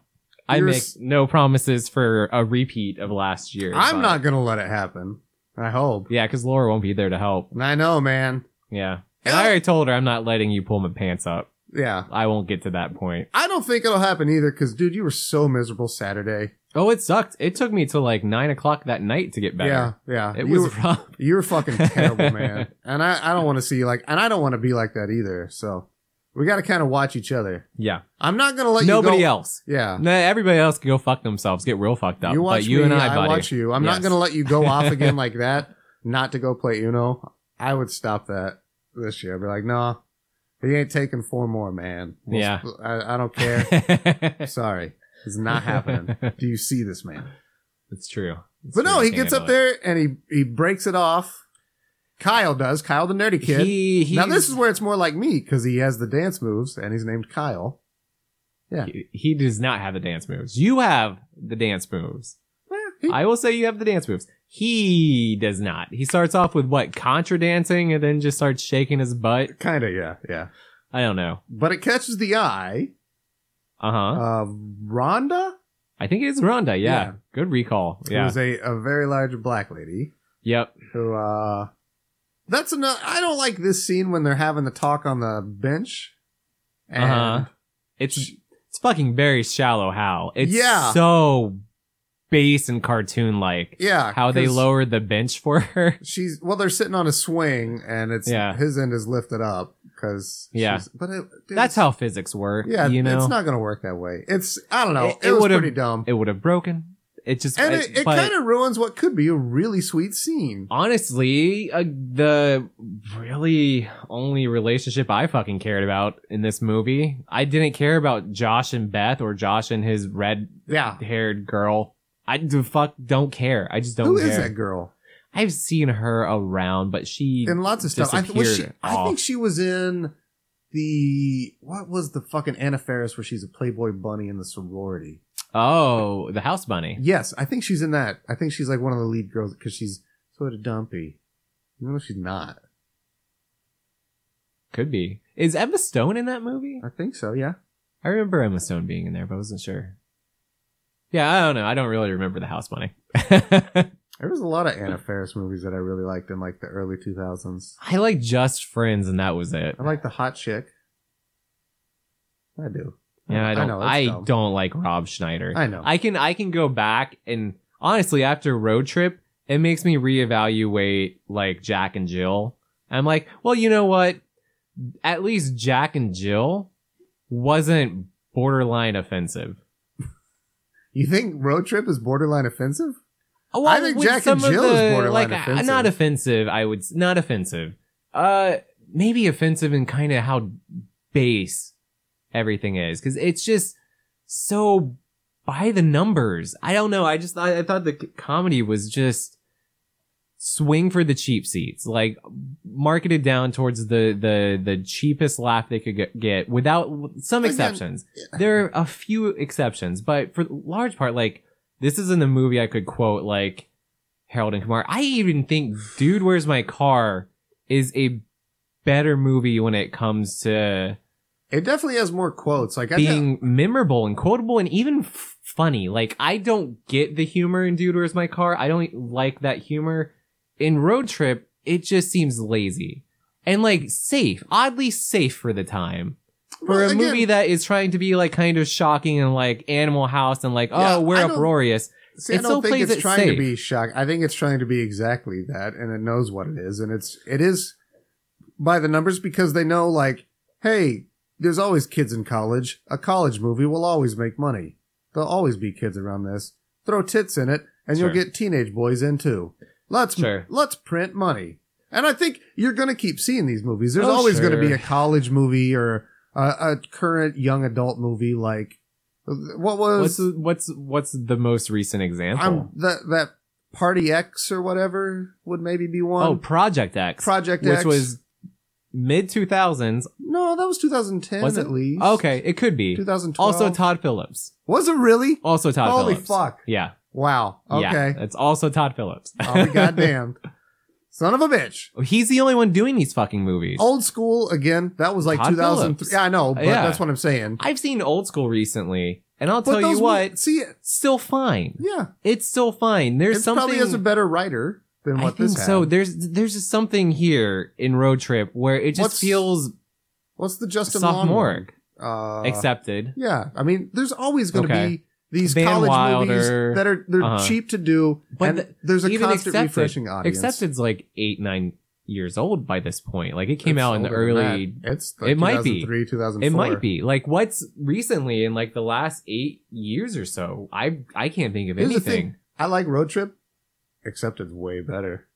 I
You're
make
s-
no promises for a repeat of last year.
I'm
but-
not gonna let it happen. I hope.
Yeah, because Laura won't be there to help.
And I know, man.
Yeah. And I already told her I'm not letting you pull my pants up.
Yeah.
I won't get to that point.
I don't think it'll happen either, because dude, you were so miserable Saturday.
Oh, it sucked. It took me till like nine o'clock that night to get
Yeah,
better.
yeah.
It
You
was
were-
*laughs* rough.
You're fucking
*laughs*
terrible, man. And I, I don't want to see you like, and I don't want to be like that either. So we got to kind of watch each other.
Yeah.
I'm not going to let
Nobody
you go.
else.
Yeah.
No, everybody else can go fuck themselves, get real fucked up.
You watch
but you and
me,
I, buddy. *laughs*
watch you. I'm not
Yes.
going to let you go off
*laughs*
again like that, not to go play Uno. I would stop that this year. I'd be like, no, he ain't taking four more, man.
Yeah.
I, I don't
*laughs*
care. Sorry. It's not happening. Do you see this, man?
it's true. It's
But
true.
no,
I
he
can't
gets up
handle it.
there and he, he breaks it off. Kyle does. Kyle the nerdy kid.
He, he,
now this is where it's more like me because he has the dance moves and he's named Kyle.
he, he does not have the dance moves. You have the dance moves.
He-
I will say you have the dance moves. He does not. He starts off with what contra dancing and then just starts shaking his butt.
Kinda, yeah, yeah.
I don't know.
But it catches the eye
Uh huh.
of Rhonda,
I think it's Rhonda. Yeah.
Yeah.
Good recall. Yeah.
who's a, a very large black lady
yep.
who. uh That's another. I don't like this scene when they're having the talk on the bench. And
Uh-huh. It's it's fucking very shallow how. It's
Yeah.
so base and cartoon like
yeah,
how they
'cause
lowered the bench for her.
She's well, they're sitting on a swing, and it's
Yeah.
his end is lifted up because
Yeah.
But it, dude,
That's how physics work.
Yeah,
you know
it's not going to work that way. It's I don't know.
It-
It,
it
was
would've-
pretty dumb.
it would have broken. it just
and
it's-
it, it
but-
kind of ruins what could be a really sweet scene.
honestly, uh, the really only relationship I fucking cared about in this movie, I didn't care about Josh and Beth or Josh and his red-haired
Yeah,
girl. I the fuck don't care. I just don't
who
care.
is that girl?
I've seen her around, but she
In lots of stuff. I, th- was she,
disappeared
I think
off.
she was in the what was the fucking Anna Faris where she's a Playboy bunny in the sorority.
oh, the house bunny.
Yes, I think she's in that. I think she's like one of the lead girls because she's sort of dumpy. No, she's not.
Could be. Is Emma Stone in that movie?
I think so. Yeah.
I remember Emma Stone being in there, but I wasn't sure. Yeah, I don't know. I don't really remember the house bunny. *laughs*
There was a lot of Anna Faris movies that I really liked in like the early 2000s.
I like just friends, and that was it.
I like the hot chick. I do.
Yeah, I don't. I,
know, that's dumb.
don't like Rob Schneider.
I know.
I can I can go back and honestly, after road trip, it makes me reevaluate like Jack and Jill. I'm like, well, you know what? At least Jack and Jill wasn't borderline offensive.
You think Road Trip is borderline offensive?
Well,
I think
with
Jack and
some of
Jill is
the,
borderline
like, uh,
offensive.
Not offensive, I would s- not offensive. Uh, maybe offensive in kind of how base everything is because it's just so by the numbers. I don't know. I just I, I thought the c- comedy was just swing for the cheap seats, like marketed down towards the the the cheapest laugh they could get, get without some
Again,
exceptions. there are a few exceptions, but for the large part, like this isn't a movie I could quote like Harold and Kumar. I even think Dude, Where's My Car is a better movie when it comes to
It definitely has more quotes. Like I think
being memorable and quotable and even f- funny. Like I don't get the humor in Dude, Where's My Car. I don't like that humor in Road Trip. It just seems lazy and like safe, oddly safe for the time for a movie that is trying to be like kind of shocking and like Animal House and like oh
Yeah,
we're
I don't-
uproarious.
See,
it
I
still
don't think
plays
it's
it
trying
safe.
to be shock. I think it's trying to be exactly that, and it knows what it is, and it's it is by the numbers because they know like, hey, there's always kids in college. A college movie will always make money. There'll always be kids around this. Throw tits in it, and
Sure.
you'll get teenage boys in too. Let's
Sure.
let's print money, and I think you're gonna keep seeing these movies. There's
Oh,
always gonna be
sure.
a college movie or a, a current young adult movie like. uh, What was
What's what's what's the most recent example?
um, that that Party X or whatever would maybe be one.
oh, Project X,
Project
which
X
was mid two thousands.
no, that was 2010
Was it?
at least.
Okay, it could be.
2012.
Also Todd Phillips.
was it really?
Also Todd
Holy
Phillips.
fuck!
Yeah.
Wow.
Yeah.
Okay. Oh.
It's also Todd Phillips.
I'll be goddamned. Son of a bitch.
*laughs* He's the only one doing these fucking movies.
Old school again. That was like
Todd
2003.
Phillips.
Yeah, I know, but
Yeah.
that's what I'm saying.
I've seen old school recently, and I'll
but
tell you
those
what,
mo- see,
still fine.
yeah,
It's still fine. There's
it
something
probably has a better writer than what
I
this
think so.
had.
There's there's just something here in Road Trip where it just
What's
feels
What's the Justin Long one?
sophomoric
Uh,
accepted.
Yeah, I mean, there's always going to
Okay.
be these
Van
college
Wilder,
movies that are they're
uh-huh.
cheap to do,
But
and
the-
there's a
even
constant
Accepted-
refreshing audience.
Accepted's like eight nine years old by this point. Like it came
It's
out in the
older than
early.
that. It's like
it might be.
2003, 2004.
It might be like what's recently in like the last eight years or so. I I can't think of
Here's the
anything.
thing. I like Road Trip. Accepted's way better,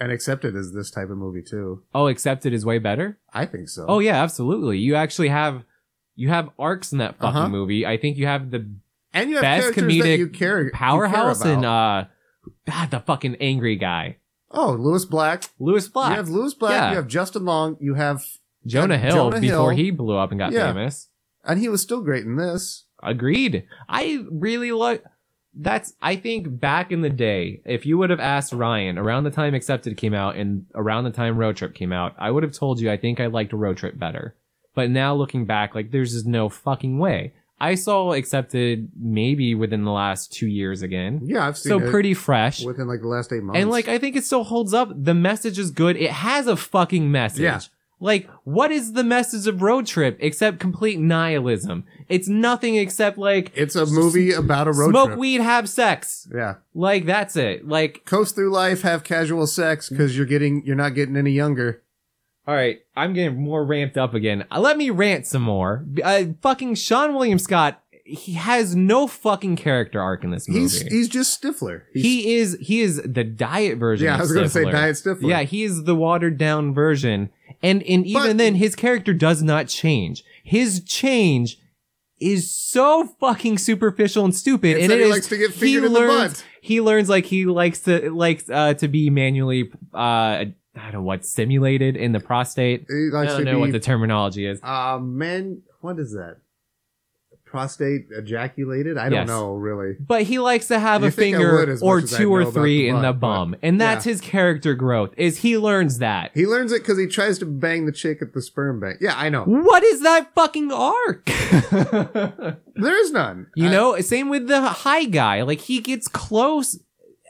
and Accepted is this type of movie too.
Oh, Accepted is way better.
I think so.
Oh yeah, absolutely. You actually have you have arcs in that fucking
Uh-huh.
movie. I think you have the
and you have
best
characters that
comedic
you care you care
powerhouse and
about.
uh, God, the fucking angry guy,
oh, Lewis Black.
Lewis Black.
You have Lewis Black.
Yeah.
You have Justin Long. You have,
Jonah
And
Hill
Jonah
before
Hill-
he blew up and got
Yeah.
famous.
and he was still great in this.
Agreed. I really like that's I think back in the day, if you would have asked Ryan around the time Accepted came out and around the time Road Trip came out, I would have told you I think I liked Road Trip better. But now looking back, like there's just no fucking way. I saw Accepted maybe within the last two years again.
Yeah, I've seen
So
it
pretty fresh.
within like the last eight months.
And like I think it still holds up. The message is good. It has a fucking message.
Yeah.
Like what is the message of Road Trip except complete nihilism? It's nothing except like
It's a movie about a road
smoke
trip.
weed, have sex.
Yeah,
Like that's it. Like
coast through life, have casual sex because you're getting you're not getting any younger.
all right, I'm getting more ramped up again. Uh, Let me rant some more. B- Uh, fucking Sean William Scott he has no fucking character arc in this movie.
He's he's just Stifler. He's,
he is he is the diet version.
yeah,
of
I was gonna say
Stifler.
Diet Stifler.
Yeah, he is the watered down version, and and even
But-
then, his character does not change. His change is so fucking superficial and stupid,
It's
and
that
it
he
is-
likes to get
he
fingered in the
learns-
butt.
He learns like he likes to likes uh, to be manually uh, I don't know what stimulated in the prostate.
He
I
likes
don't
to
know what
be-
the terminology is.
Uh, men, what is that? Prostate ejaculated? I don't
Yes.
know, really.
But he likes to have
You
a
think I would
finger
as
or
much as I
two
know
or
about
three
the
in the
butt,
bum,
but-
and that's
yeah.
his character growth. Is he learns that?
He learns it because he tries to bang the chick at the sperm bank. Yeah, I know.
What is that fucking arc?
There is none.
You
I-
know, same with the high guy. Like he gets close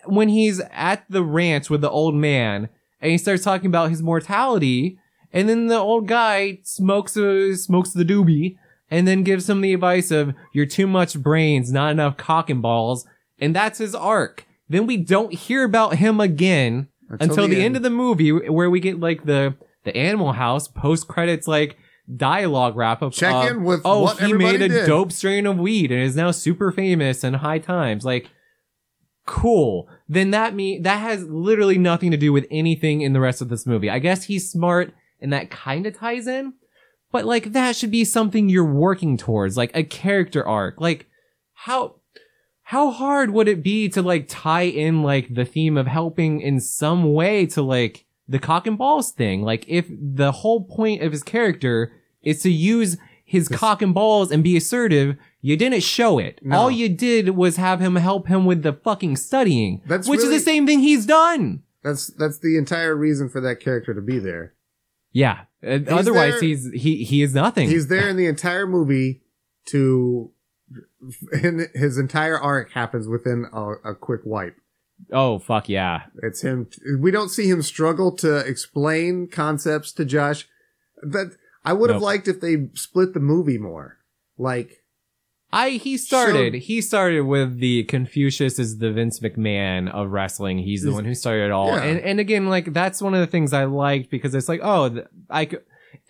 when he's at the ranch with the old man and he starts talking about his mortality and then the old guy smokes a, smokes the doobie and then gives him the advice of you're too much brains, not enough cock and balls, and that's his arc. Then we don't hear about him again until, the, end. of the movie where we get like the the animal house post credits like dialogue wrap up
Check in with
oh
what
he
everybody
made a
did.
dope strain of weed and is now super famous and high times like cool then that mean that has literally nothing to do with anything in the rest of this movie i guess he's smart and that kind of ties in but like that should be something you're working towards like a character arc like how how hard would it be to like tie in like the theme of helping in some way to like the cock and balls thing like if the whole point of his character is to use his cock and balls and be assertive you didn't show it
No.
all you did was have him help him with the fucking studying
That's
which
really-
is the same thing he's done
That's that's the entire reason for that character to be there.
yeah Uh, otherwise
there-
he's he he is nothing
He's there in the entire movie to and his entire arc happens within a, a quick wipe.
oh fuck yeah
It's him we don't see him struggle to explain concepts to Josh. That I would have
Nope.
liked if they split the movie more. Like
I he started he started with the Confucius is the Vince McMahon of wrestling. He's the
He's-
one who started it all.
Yeah.
And and again like that's one of the things I liked because it's like oh th- I c-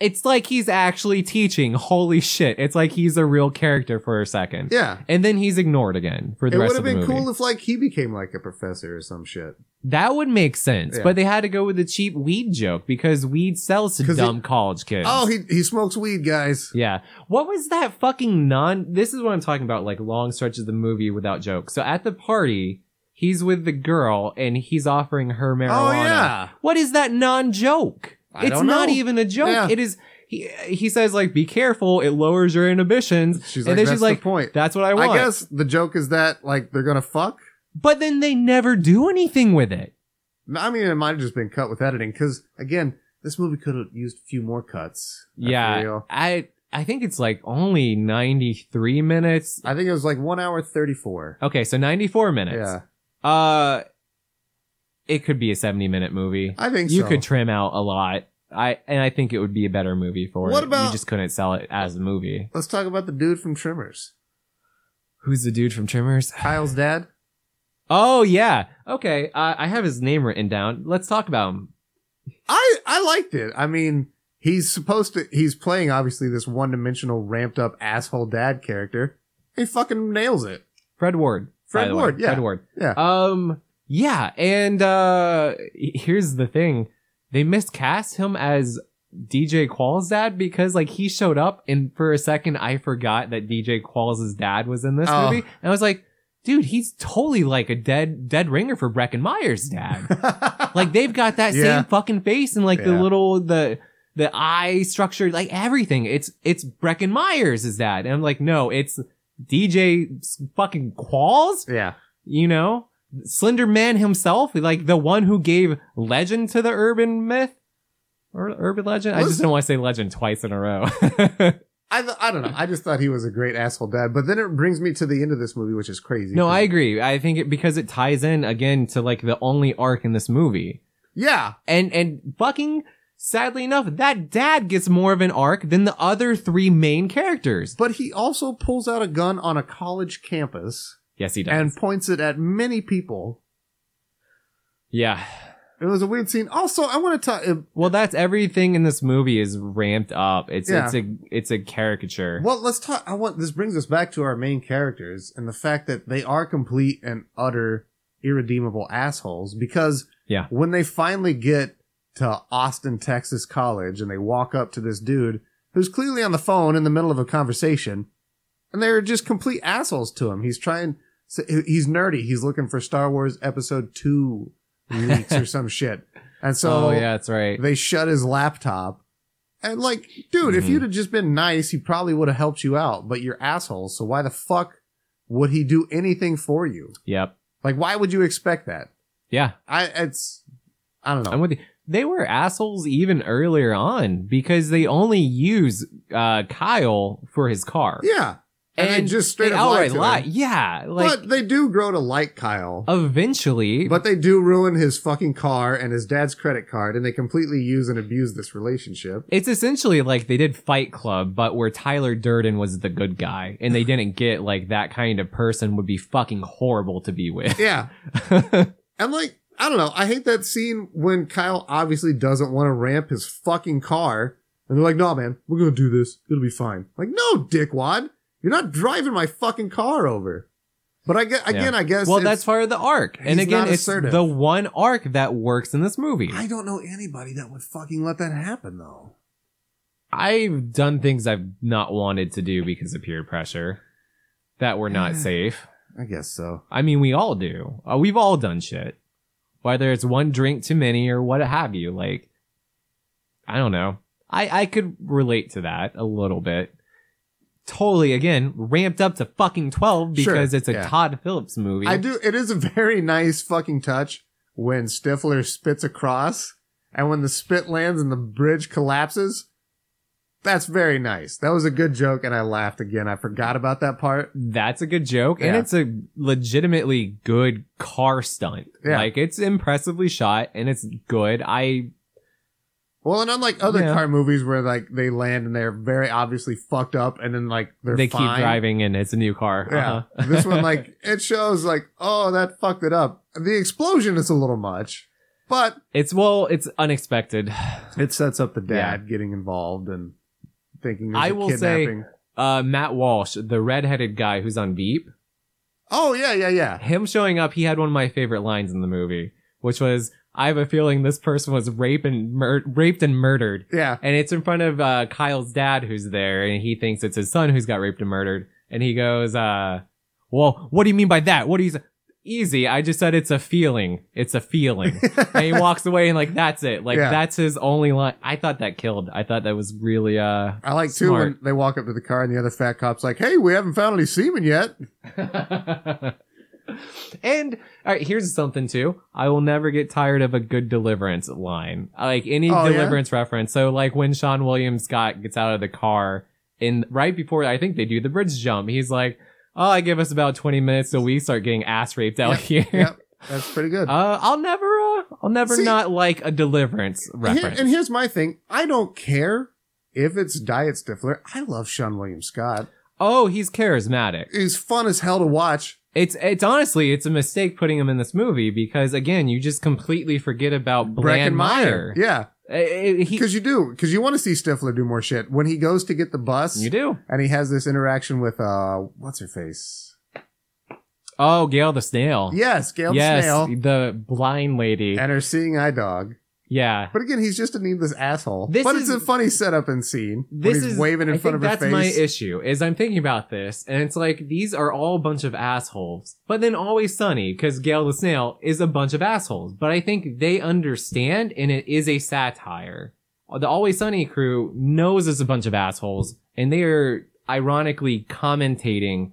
it's like he's actually teaching. Holy shit. It's like he's a real character for a second.
yeah.
And then he's ignored again for the
It would
rest
have
of the
been
movie.
cool if like he became like a professor or some shit.
that would make sense,
Yeah.
but they had to go with the cheap weed joke because weed sells to
'Cause he-
dumb college kids.
Oh, he he smokes weed, guys.
Yeah. What was that fucking non? This is what I'm talking about, like long stretches of the movie without jokes. So at the party, he's with the girl and he's offering her marijuana.
Oh yeah.
What is that non joke?
I
It's
don't
not
know.
even a joke.
Yeah.
It is. He, he says like, "Be careful. It lowers your inhibitions."
She's
and
like,
then
that's
she's like,
the point.
"That's what I want."
I guess the joke is that like they're gonna fuck.
But then they never do anything with it.
No, I mean, it might have just been cut with editing because, again, this movie could have used a few more cuts. I
Yeah.
feel.
I I think it's like only 93 minutes.
I think it was like one hour thirty-four.
Okay, so 94 minutes.
Yeah,
Uh, it could be a seventy-minute movie.
I think
You
so.
could trim out a lot. I and I think it would be a better movie for
What
it. you
about-
just couldn't sell it as a movie.
Let's talk about the dude from Trimmers,
Who's the dude from Trimmers?
Kyle's dad.
Oh yeah. Okay. Uh, I have his name written down. Let's talk about him.
I I liked it. I mean, he's supposed to. He's playing obviously this one-dimensional, ramped-up asshole dad character. He fucking nails it.
Fred Ward. by
Fred
the way.
Ward, yeah.
Fred Ward.
Yeah.
Um. Yeah. And uh, he- here's the thing: they miscast him as DJ Qualls' dad because, like, he showed up, and for a second, I forgot that DJ Qualls' dad was in this
Oh.
movie, and I was like, dude, he's totally like a dead dead ringer for Breckin
*laughs*
Meyer's dad. like, they've got that
Yeah.
same fucking face and like the
Yeah.
little the. The eye structure, like everything, it's it's Breckin Myers is that, and I'm like, no, it's DJ fucking Qualls
yeah,
you know slender man himself like the one who gave legend to the urban myth or urban legend i just
Was-
don't want to say legend twice in a row *laughs*
I th- I don't know. I just thought he was a great asshole dad. But then it brings me to the end of this movie, which is crazy.
no i agree i think it because it ties in again to like the only arc in this movie
yeah.
and and fucking sadly enough that dad gets more of an arc than the other three main characters
But he also pulls out a gun on a college campus
yes he does
and points it at many people.
yeah
It was a weird scene. Also, I want to talk. uh,
Well, that's everything in this movie is ramped up. It's
Yeah.
it's a it's a caricature.
Well, let's talk. I want this brings us back to our main characters and the fact that they are complete and utter irredeemable assholes. Because
Yeah.
when they finally get to Austin, Texas College, and they walk up to this dude who's clearly on the phone in the middle of a conversation, and they're just complete assholes to him. He's trying. so He's nerdy. He's looking for Star Wars Episode
*laughs*
Two leaks or some shit. And so
oh yeah, that's right.
they shut his laptop. And like, dude, if
Mhm.
you'd have just been nice, he probably would have helped you out, but you're assholes. So why the fuck would he do anything for you?
Yep.
Like, why would you expect that?
Yeah,
I, it's, I don't know.
I'm with you. They were assholes even earlier on because they only use uh, Kyle for his car.
yeah. And, they just straight
they
up lie.
outright
to him.
lie. Yeah, like
but they do grow to like Kyle,
eventually.
but they do ruin his fucking car and his dad's credit card and they completely use and abuse this relationship.
it's essentially like they did Fight Club, but where Tyler Durden was the good guy, and they didn't get like that kind of person would be fucking horrible to be with. *laughs*
Yeah. And like, I don't know. I hate that scene when Kyle obviously doesn't want to ramp his fucking car. And they're like, no, man, we're going to do this. It'll be fine. Like, no, dickwad. You're not driving my fucking car over. But I get, again, I guess.
well,
it's-
that's part of the arc, and
he's
again,
not
it's
assertive.
the one arc that works in this movie.
I don't know anybody that would fucking let that happen, though.
I've done things I've not wanted to do because of peer pressure that were not safe.
I guess so.
I mean, we all do. Uh, we've all done shit, whether it's one drink too many or what have you. Like, I don't know. I I could relate to that a little bit. Totally, again, ramped up to fucking twelve
Sure,
because it's a
yeah.
Todd Phillips movie.
I do. It is a very nice fucking touch when Stifler spits across and when the spit lands and the bridge collapses. That's very nice. That was a good joke and I laughed again. I forgot about that part.
That's a good joke, and
Yeah.
it's a legitimately good car stunt.
Yeah.
Like, it's impressively shot and it's good. I
Well, and unlike other
Yeah.
car movies where like they land and they're very obviously fucked up and then like they're
they
fine.
keep driving and it's a new car.
Yeah.
Uh-huh.
*laughs* this one like it shows like, oh, that fucked it up. The explosion is a little much, but
It's well, it's unexpected.
it sets up the dad getting involved and thinking there's
I
a
will say-
kidnapping.
Uh, Matt Walsh, the redheaded guy who's on Beep,
Oh yeah, yeah, yeah.
him showing up, he had one of my favorite lines in the movie, which was, "I have a feeling this person was raped and mur- raped and murdered."
Yeah. *laughs*
And it's in front of uh, Kyle's dad who's there, and he thinks it's his son who's got raped and murdered, and he goes, "Uh, well, what do you mean by that? What do you?" s- Easy. I just said it's a feeling. It's a feeling. and he walks away and like that's it. Like
Yeah.
that's his only line. I thought that killed. I thought that was really uh
I like too when they walk up to the car and the other fat cop's like, "Hey, we haven't found any semen yet."
*laughs* and all right, here's something too. I will never get tired of a good deliverance line. Like any
Oh, yeah?
deliverance reference. So like when Sean William Scott gets out of the car and right before I think they do the bridge jump, he's like, Oh, I give us about twenty minutes so we start getting ass raped out here.
yep, that's pretty good.
*laughs* Uh, I'll never, uh, I'll never
See-
not like a deliverance
Here-
reference.
and here's my thing: I don't care if it's Diet Stifler. I love Sean William Scott.
oh, he's charismatic.
He's fun as hell to watch.
It's it's honestly it's a mistake putting him in this movie because again you just completely forget about Bland Meyer.
Breckenmeyer. yeah,
Uh, uh, he-
because you do, because you want to see Stifler do more shit when he goes to get the bus
you do.
and he has this interaction with uh, what's her face?
Oh, Gail the snail.
Yes, Gail the
yes,
Snail
the blind lady.
and her seeing eye dog.
yeah.
But again, he's just a needless asshole.
This
but
is-
it's a funny setup and scene. when
This
he's
is
waving in
I
front
think
of her
that's
face.
my issue. Is I'm thinking about this, and it's like these are all a bunch of assholes. But then always sunny because Gail the snail is a bunch of assholes. But I think they understand, and it is a satire. The Always Sunny crew knows it's a bunch of assholes, and they are ironically commentating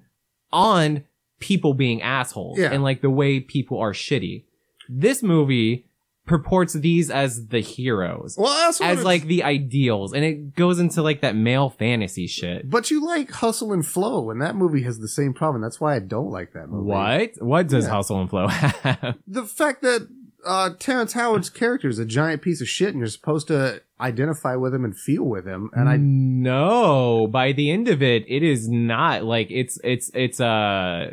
on people being assholes
Yeah.
and like the way people are shitty. This movie purports these as the heroes
Well, that's what
as
it's-
like the ideals, and it goes into like that male fantasy shit.
but you like Hustle and Flow, and that movie has the same problem. That's why I don't like that movie.
What? What does
Yeah.
Hustle and Flow *laughs* have?
The fact that uh, Terrence Howard's character is a giant piece of shit, and you're supposed to identify with him and feel with him, and
Mm,
I
no. By the end of it, it is not like it's it's it's uh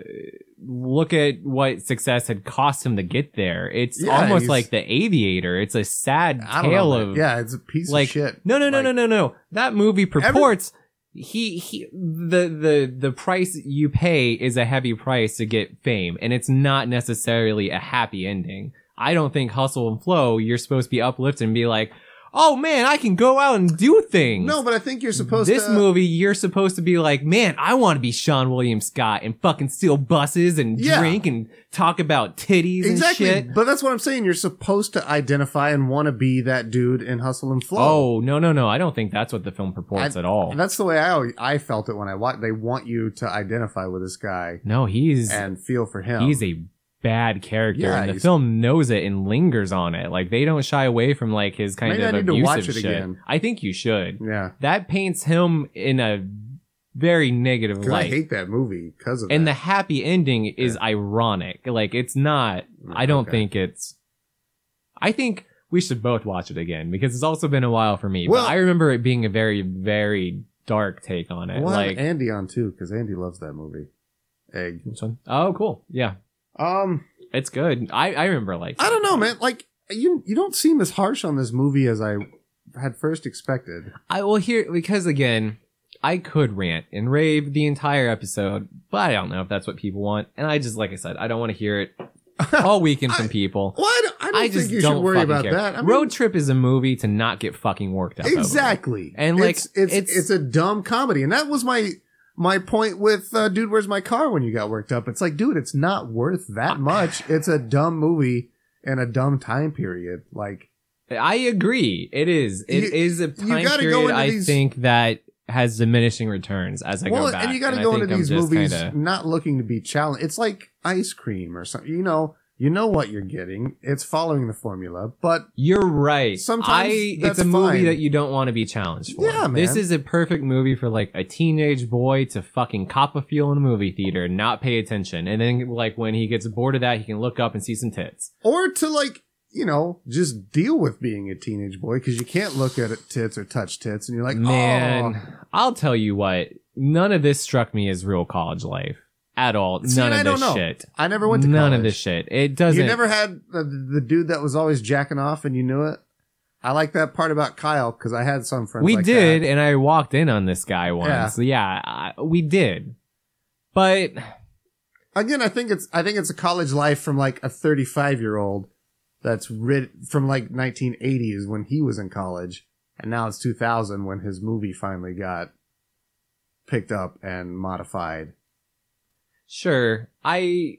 look at what success had cost him to get there. It's
Yeah,
almost
he's-
like the aviator. It's a sad
I don't
tale
know.
of
man. yeah, it's a piece
like-
of shit.
no, no, no,
Like-
no, no, no. That movie purports he he the the the price you pay is a heavy price to get fame, and it's not necessarily a happy ending. I don't think Hustle and Flow. You're supposed to be uplifted and be like, oh man, I can go out and do things.
No, but I think you're supposed
this
to.
movie, you're supposed to be like, man, I want to be Sean William Scott and fucking steal buses and
Yeah.
drink and talk about titties
exactly.
and shit.
But that's what I'm saying. You're supposed to identify and want to be that dude in Hustle and Flow.
Oh no, no, no! I don't think that's what the film purports at all.
that's the way I always, I felt it when I watched. They want you to identify with this guy
No, he's
and feel for him.
he's a bad character
Yeah,
and the
he's-
film knows it and lingers on it like they don't shy away from like his kind
Maybe
of
I need to
abusive
watch it
shit
again.
i think you should
yeah,
that paints him in a very negative
'Cause I
light
hate that movie because of
and the
that.
happy ending is ironic like it's not i don't
Okay.
think it's i think we should both watch it again because it's also been a while for me
Well-
but i remember it being a very very dark take on it
We'll have
like
Andy on too because Andy loves that movie. Egg.
Which one? oh cool yeah
Um,
it's good i i remember like
I don't know, man. Like you, you don't seem as harsh on this movie as I had first expected.
I will hear because again, I could rant and rave the entire episode, but I don't know if that's what people want. And I just, like I said, I don't want
*laughs*
to hear it all weekend from people.
Well, I don't, I don't
I,
think
just
you
don't
should worry
fucking
about
care.
that. I mean,
Road Trip is a movie to not get fucking worked up. over.
exactly,
And, like,
it's it's, it's
it's-
a dumb comedy, and that was my my point with uh, dude, where's my car? When you got worked up, it's like, dude, it's not worth
*laughs*
that much. it's a dumb movie and a dumb time period. Like,
I agree. It is. It
You-
is a time
gotta go
period
into
I
these-
think that has diminishing returns as I
well,
go back.
and you got to
I
go
think
into
I'm
these
just
movies
kinda-
not looking to be challenged. It's like ice cream or something. You know, you know what you're getting. It's following the formula, but
You're right.
Sometimes
I,
that's
it's a movie
fine.
that you don't want to be challenged for.
Yeah, man.
This is a perfect movie for like a teenage boy to fucking cop a feel in a movie theater and not pay attention. And then like when he gets bored of that, he can look up and see some tits.
or to like you know just deal with being a teenage boy because you can't look at it tits or touch tits and you're like
Man,
oh.
I'll tell you what, none of this struck me as real college life at all.
See,
none
and
of
I don't
this
know.
shit.
i never went to
none
college.
of this shit. It doesn't.
you never had the, the dude that was always jacking off and you knew it i like that part about kyle because i had some friends
we
like
did,
that.
and I walked in on this guy once.
Yeah.
Yeah, I, we did. But
again i think it's i think it's a college life from like a 35 year old that's rid from like 1980 is when he was in college and now it's 2000 when his movie finally got picked up and modified
Sure. I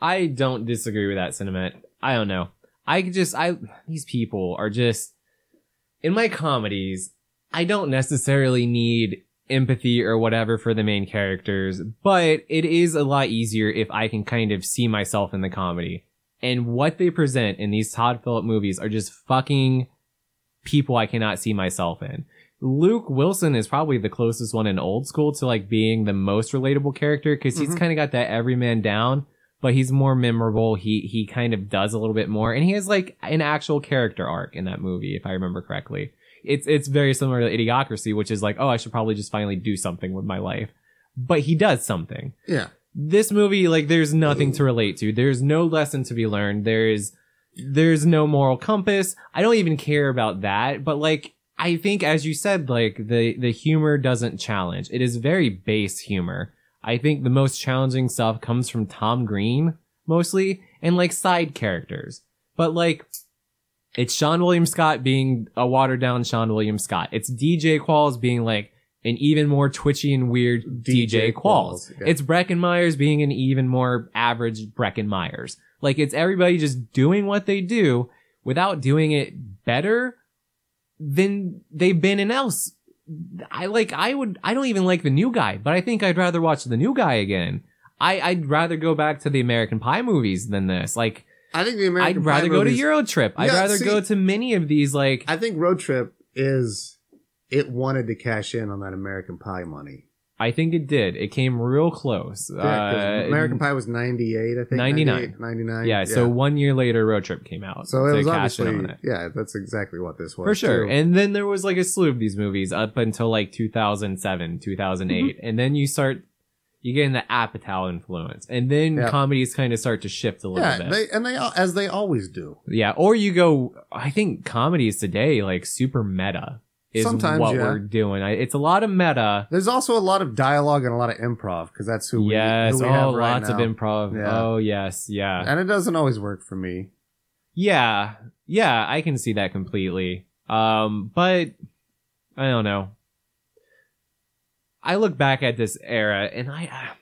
I don't disagree with that sentiment. I don't know. I just I these people are just in my comedies, I don't necessarily need empathy or whatever for the main characters, but it is a lot easier if I can kind of see myself in the comedy. And what they present in these Todd Phillip movies are just fucking people I cannot see myself in. Luke Wilson is probably the closest one in old school to like being the most relatable character because he's
Mhm.
kind of got that everyman down, but he's more memorable. He he kind of does a little bit more, and he has like an actual character arc in that movie, if I remember correctly. It's it's very similar to Idiocracy, which is like, oh, I should probably just finally do something with my life, but he does something
yeah
this movie like there's nothing to relate to there's no lesson to be learned there is there's no moral compass i don't even care about that but like i think as you said like the the humor doesn't challenge it is very base humor i think the most challenging stuff comes from tom green mostly and like side characters but like it's sean william scott being a watered down sean william scott it's dj qualls being like an even more twitchy and weird
DJ
DJ, Qualls.
Qualls, yeah.
It's Breckin Myers being an even more average Breckin Myers. Like it's everybody just doing what they do without doing it better than they've been in else. I like I would I don't even like the new guy, but I think I'd rather watch the new guy again. I, I'd rather go back to the American Pie movies than this. Like
I think the American
I'd
Pie
rather go to
movies-
Euro Trip. I'd
Yeah,
rather
see-
go to many of these like
I think Road Trip is it wanted to cash in on that American Pie money.
I think it did. It came real close.
Yeah, 'cause
Uh,
American Pie was ninety eight, I think.
99.
98, 99.
Yeah, so one year later, Road Trip came out.
so it
to
was
cash in
obviously
on it.
yeah, that's exactly what this was
For sure.
too.
And then there was like a slew of these movies up until like 2007, 2008. And then you start, you get in the Apatow influence, and then
Yeah.
comedies kind of start to shift a little
Yeah,
bit.
they and they al- as they always do.
yeah, or you go. I think comedies today like super meta is
Sometimes,
what
yeah.
we're doing. I, it's a lot of meta.
There's also a lot of dialogue and a lot of improv because that's who we,
yes,
who we
oh,
have right
lots
now.
of improv.
Yeah.
Oh, yes, yeah.
and it doesn't always work for me.
Yeah, yeah, I can see that completely. Um, but I don't know. I look back at this era, and I uh,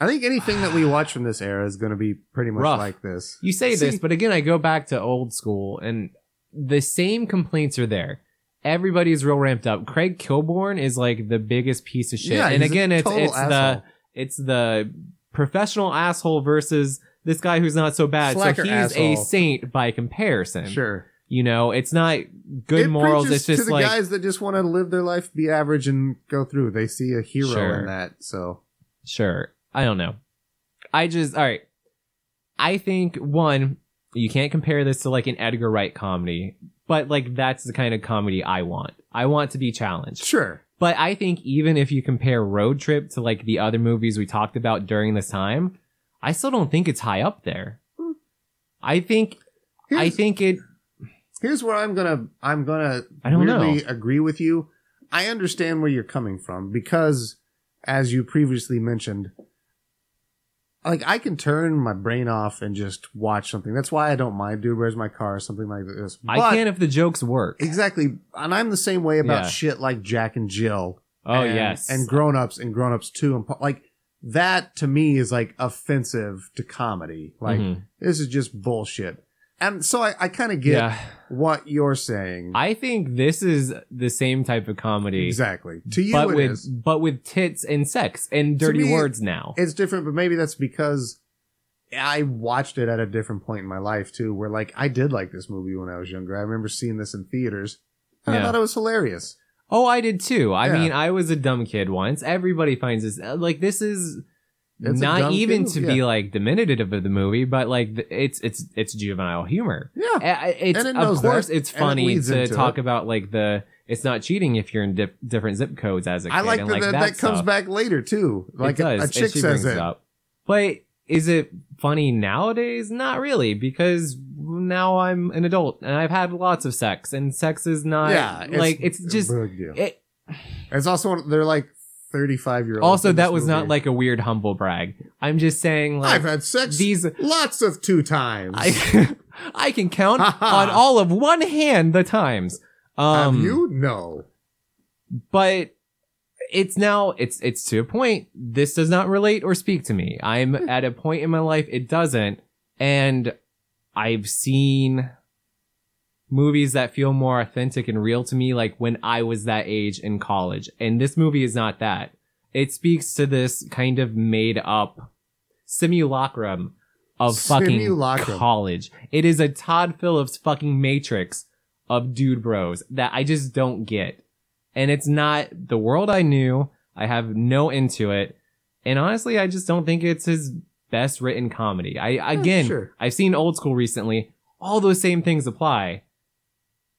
I think anything that
*sighs*
we watch from this era is going to be pretty much
Rough.
like this.
you say this,
See-
but again, I go back to old school, and the same complaints are there. Everybody's real ramped up. Craig Kilborn is like the biggest piece of shit,
Yeah,
and
he's a
again, it's
total
it's the
asshole.
it's the professional asshole versus this guy who's not so bad.
Slacker
so he's a
asshole.
saint by comparison.
Sure,
You know, it's not good
It
morals.
preaches
It's just
to the
like
guys that just want to live their life, be average, and go through. They see a hero
Sure.
in that. So
Sure. I don't know. I just all right. I think one, you can't compare this to like an Edgar Wright comedy, but like that's the kind of comedy I want. I want to be challenged.
sure,
But I think even if you compare Road Trip to like the other movies we talked about during this time, I still don't think it's high up there. I think
here's,
I think it
here's where I'm gonna I'm gonna
I don't know.
weirdly agree with you. I understand where you're coming from because, as you previously mentioned, like I can turn my brain off and just watch something. That's why I don't mind Dude Where's My Car or something like this. But-
I can if the jokes work.
exactly, and I'm the same way about
Yeah.
shit like Jack and Jill.
Oh
and,
yes.
and grown ups and grown ups too, and po- like that to me is like offensive to comedy. Like
Mhm.
this is just bullshit. And so I, I kind of get
yeah.
what you're saying.
I think this is the same type of comedy.
exactly. To you,
but
it
with
is.
but with tits and sex and dirty
me,
words now.
It's different, but maybe that's because I watched it at a different point in my life too, where like I did like this movie when I was younger. I remember seeing this in theaters, and
Yeah.
I thought it was hilarious.
oh, I did too. I
Yeah.
mean, I was a dumb kid once. Everybody finds this uh, like this is
It's a
not
dumb
even
kid,
to be
yeah.
like diminutive of the movie, but like th- it's it's it's juvenile humor.
Yeah,
I- I- It's,
And it
of
knows that,
course it's
and it
funny
leads
to
into
talk
it.
about like the it's not cheating if you're in dif- different zip codes as a kid.
I like that.
and, like
that, that comes
stuff.
back later too. Like
it does.
a
and
chick
she
says
brings
it.
up. But is it funny nowadays? Not really, because now I'm an adult and I've had lots of sex, and sex is not
yeah,
like it's just.
a big deal.
It,
It's also one- they're like thirty five year olds.
also,
in
that
this
was not
movie.
like a weird humble brag. I'm just saying, like
I've had sex
these.
lots of two times. *laughs*
I, *laughs* I can count on all of one hand the times. Um,
Have you? No.
but it's now it's it's to a point this does not relate or speak to me
*laughs*
i'm at a point in my life it doesn't and i've seen movies that feel more authentic and real to me like when i was that age in college and this movie is not that it speaks to this kind of made up simulacrum of fucking
Simulacrum.
college it is a todd phillips fucking matrix of dude bros that i just don't get and it's not the world I knew. I have no into it, and honestly, I just don't think it's his best written comedy. I
Yeah,
again,
sure.
I've seen Old School recently. All those same things apply,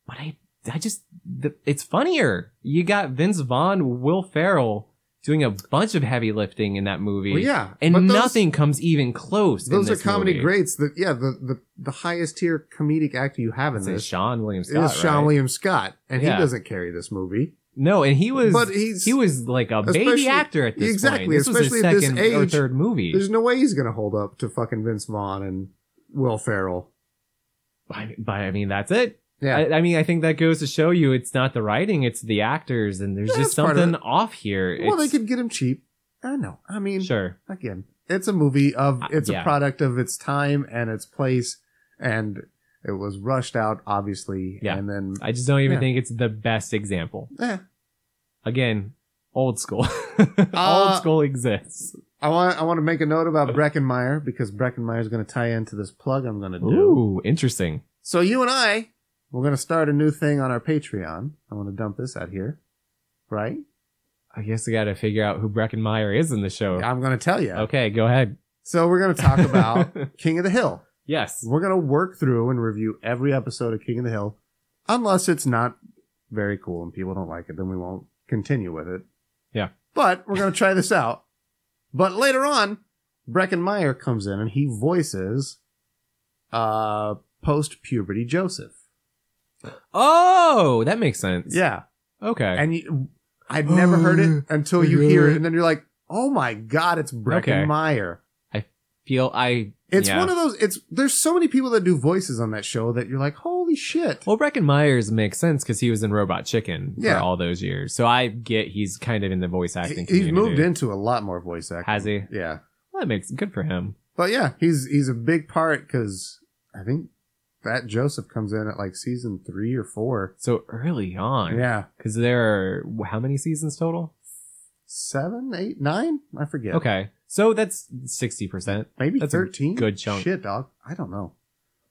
but I, I just, the, it's funnier. You got Vince Vaughn, Will Ferrell doing a bunch of heavy lifting in that movie,
Well, yeah,
and
but those-
nothing comes even close. in
Those are
this
comedy
movie.
greats. That yeah, the, the the highest tier comedic actor you have in
It's
this
Sean William
is
Scott.
Sean
right?
William Scott, and
Yeah.
he doesn't carry this movie.
No, and he was,
But he's-
he was like a baby
especially-
actor at this
exactly,
point. This was his
especially at this
second or
age,
third movie.
There's no way he's gonna hold up to fucking Vince Vaughn and Will Ferrell.
I mean- But I mean, that's it.
Yeah,
I, I mean, I think that goes to show you it's not the writing, it's the actors, and there's
Yeah,
just
that's part of
something off here.
well, they
It's-
could get him cheap. I know. I mean,
sure.
again, it's a movie of
Uh,
it's
yeah.
a product of its time and its place, and it was rushed out, obviously.
Yeah.
And then,
I just don't even
Yeah.
think it's the best example.
eh,
Again, old school. *laughs* old
Uh,
school exists.
I want I want to make a note about Breckenmeyer because Breckenmeyer is going to tie into this plug I'm going to do.
Ooh, interesting.
So you and I, we're going to start a new thing on our Patreon. I want to dump this out here, right?
I guess I got to figure out who Breckenmeyer is in the show.
I'm going to tell you.
Oh. Okay, go ahead.
So we're going to
*laughs*
talk about King of the Hill.
Yes.
We're going to work through and review every episode of King of the Hill, unless it's not very cool and people don't like it, then we won't continue with it.
Yeah.
but we're going to try this out. But later on, Breckenmeyer comes in and he voices uh, post puberty Joseph.
Oh, that makes sense.
Yeah.
Okay.
And you, I'd never heard it until you hear it.
Really?
And then you're like, oh my God, it's Breckenmeyer.
Feel I.
It's
yeah.
one of those. It's there's so many people that do voices on that show that you're like, holy shit.
Well, Breckin Myers makes sense because he was in Robot Chicken
Yeah.
for all those years. So I get he's kind of in the voice
He-
acting.
he's moved
community.
into a lot more voice acting.
Has he?
Yeah,
Well, that makes good for him.
but yeah, he's he's a big part because I think that Joseph comes in at like season three or four.
So early on.
Yeah,
Because there are how many seasons total?
seven, eight, nine. I forget.
Okay. So that's 60%.
maybe
That's a
thirteen.
good chunk.
Shit, dog. I don't know.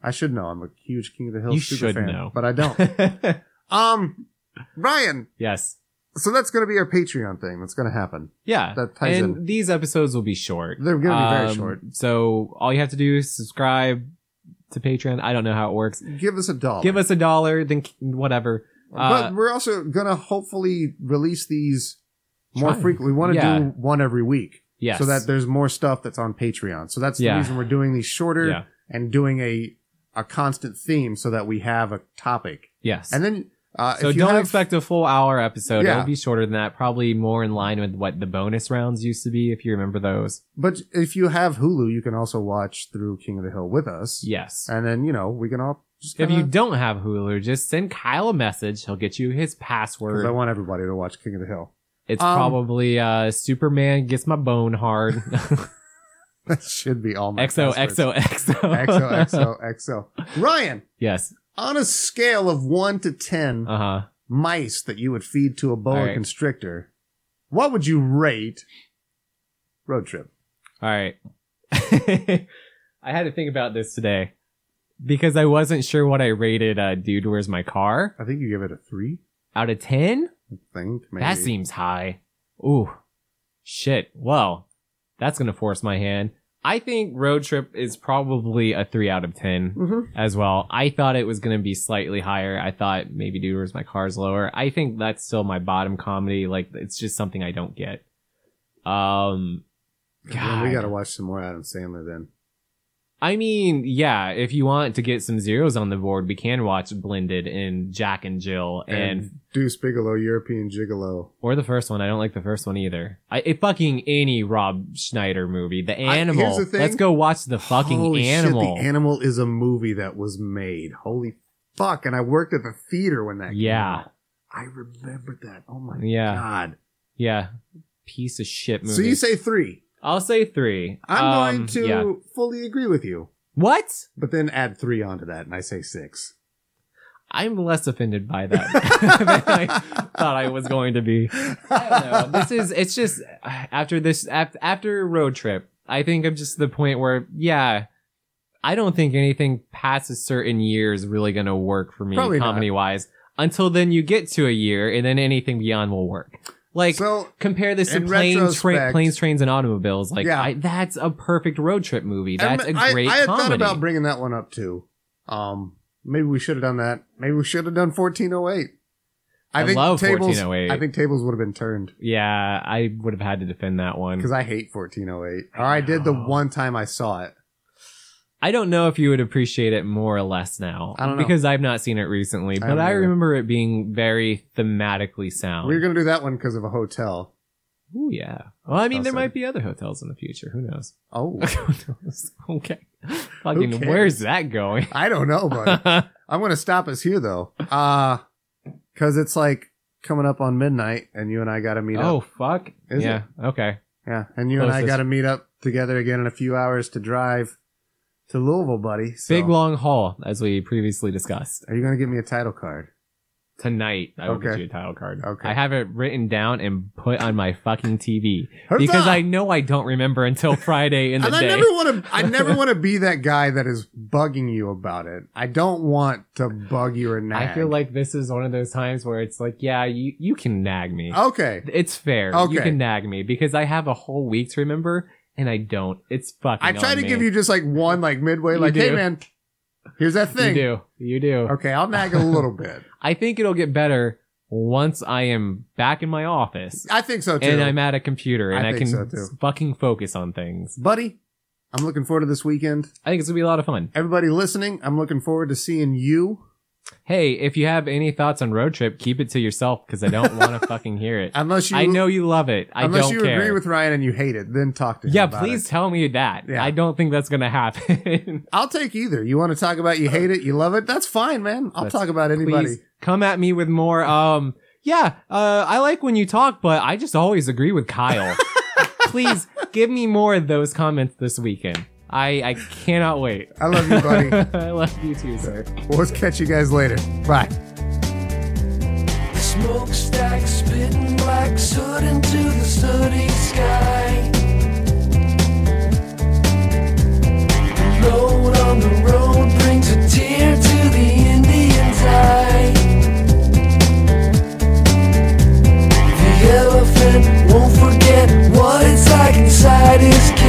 I should know. I'm a huge King of the Hill
You
super
should
fan,
know.
but I
*laughs*
don't. um, Ryan.
*laughs* yes.
So that's going to be our Patreon thing. That's going to happen.
Yeah.
That ties
And
in.
these episodes will be short. Um,
They're gonna be very short.
So all you have to do is subscribe to Patreon. I don't know how it works.
Give us a dollar.
Give us a dollar, then c- whatever. Uh,
but we're also gonna hopefully release these more
Try.
frequently. We want to
Yeah.
do one every week,
Uh, Yes.
so that there's more stuff that's on Patreon. So that's the
Yeah.
reason we're doing these shorter
Yeah.
and doing a a constant theme, so that we have a topic.
Yes.
And then uh,
so
if you
don't
have,
expect a full hour episode.
Yeah.
It'll be shorter than that, probably more in line with what the bonus rounds used to be, if you remember those.
but if you have Hulu, you can also watch through King of the Hill with us.
Yes.
And then you know we can all just
if you
kinda-
don't have Hulu, just send Kyle a message. He'll get you his
'cause
password.
I want everybody to watch King of the Hill.
It's
Um,
probably uh, Superman gets my bone hard.
*laughs* That should be all *laughs* my
XO
passwords.
XO XO *laughs*
XO XO XO. Ryan,
Yes.
on a scale of one to ten,
Uh huh.
mice that you would feed to a boa
All right.
constrictor, what would you rate road trip?
All right. *laughs* I had to think about this today because I wasn't sure what I rated. Uh, Dude, where's my car?
I think you give it a three.
Out of ten?
I think maybe.
That seems high. Ooh, shit. Well, that's gonna force my hand. I think road trip is probably a three out of ten.
Mhm.
as well. I thought it was going to be slightly higher. I thought maybe Dude Where's My Car's lower. I think that's still my bottom comedy. Like it's just something I don't get. Um,
Well,
God.
we got to watch some more Adam Sandler then.
I mean, yeah, if you want to get some zeros on the board, we can watch Blended and Jack and Jill and,
Deuce Bigelow, European Gigolo.
or the first one. I don't like the first one either. I it, fucking any Rob Schneider movie. The
here's
Animal.
the thing.
Let's go watch the fucking
Holy
Animal.
Shit, the animal is a movie that was made. Holy fuck! And I worked at the theater when that.
Yeah.
Came out. I remembered that. Oh my
Yeah.
god!
yeah. Piece of shit movie.
So you say three?
I'll say three.
I'm
Um,
going to
yeah.
fully agree with you,
What?
but then add three onto that, and I say
*laughs*
six.
I'm less offended by that *laughs* than I thought I was going to be. I don't know. This is, it's just after this, af- after road trip, I think I'm just to the point where, yeah, I don't think anything past a certain year is really going to work for me
Probably not.
comedy wise. Until then, you get to a year and then anything beyond will work. Like,
so
compare this to
in
plane tra-
retrospect-
planes, trains, and automobiles. Like,
Yeah.
I, that's a perfect road trip movie. That's a
I-
great
I, had
comedy.
thought about bringing that one up too. Um, maybe we should have done that. Maybe we should have done fourteen oh eight.
I love
tables.
1408.
I think tables would have been turned
yeah, I would have had to defend that one.
because I hate fourteen oh eight. Or I did the
know.
one time I saw it.
I don't know if you would appreciate it more or less now.
I don't know.
Because I've not seen it recently, but
haven't
I
either.
remember it being very thematically sound.
We were gonna do that one because of a hotel.
Ooh, yeah. Well, I mean, there
Awesome.
might be other hotels in the future. Who knows? *laughs*
Oh,
Who knows? okay. Fucking,
cares?
where's
*laughs*
that going?
I don't know, buddy. I'm gonna stop us here
*laughs*
though, uh, because it's like coming up on midnight, and you and I got to meet
*laughs* oh,
up.
fuck.
Is
yeah. Okay.
Yeah, and you and I
Closest.
got to meet up together again in a few hours to drive to Louisville, buddy. So,
Big long haul, as we previously discussed.
Are you gonna get me a title card?
Tonight, I will get
Okay.
you a title card.
Okay.
I have it written down and put on my fucking TV because
Huzzah!
I know I don't remember until Friday in the
and
day.
I never want
*laughs*
to. I never want to be that guy that is bugging you about it. I don't want to bug you or nag.
I feel like this is one of those times where it's like, yeah, you, you can nag me.
okay,
It's fair.
Oh. Okay.
You can nag me because I have a whole week to remember and I don't. It's fucking.
I try
on
to
me.
give you just like one, like midway,
You
like, hey
do.
man, here's that
You
thing.
do. You do.
Okay, I'll nag a little bit.
I think it'll get better once I am back in my office
I think so too.
and I'm at a computer and
I
I,
think
can
so, too.
fucking focus on things.
Buddy, I'm looking forward to this weekend.
I think it's gonna be a lot of fun.
Everybody listening, I'm looking forward to seeing you.
Hey, if you have any thoughts on road trip, keep it to yourself because I don't
*laughs*
want to fucking hear it.
Unless you
I know you love it. I
unless
don't
you
care.
agree with Ryan and you hate it, then talk to him.
yeah,
about
please
it.
tell me that.
Yeah.
I don't think that's gonna happen. *laughs*
I'll take either. You want to talk about you hate it, you love it? That's fine, man. I'll
That's-
talk about anybody.
please come at me with more. Um, yeah, uh, I like when you talk, but I just always agree
*laughs*
with Kyle. please give me more of those comments this weekend. I I cannot wait.
I love you, buddy.
*laughs* I love you too, sir.
well, let's catch you guys later. Bye.
Smokestack spitting black soot into the sooty sky. The road on the road brings a tear to the Indian's eye. The elephant won't forget what it's like inside his cage. Uh-huh, Uh-huh, Uh-huh.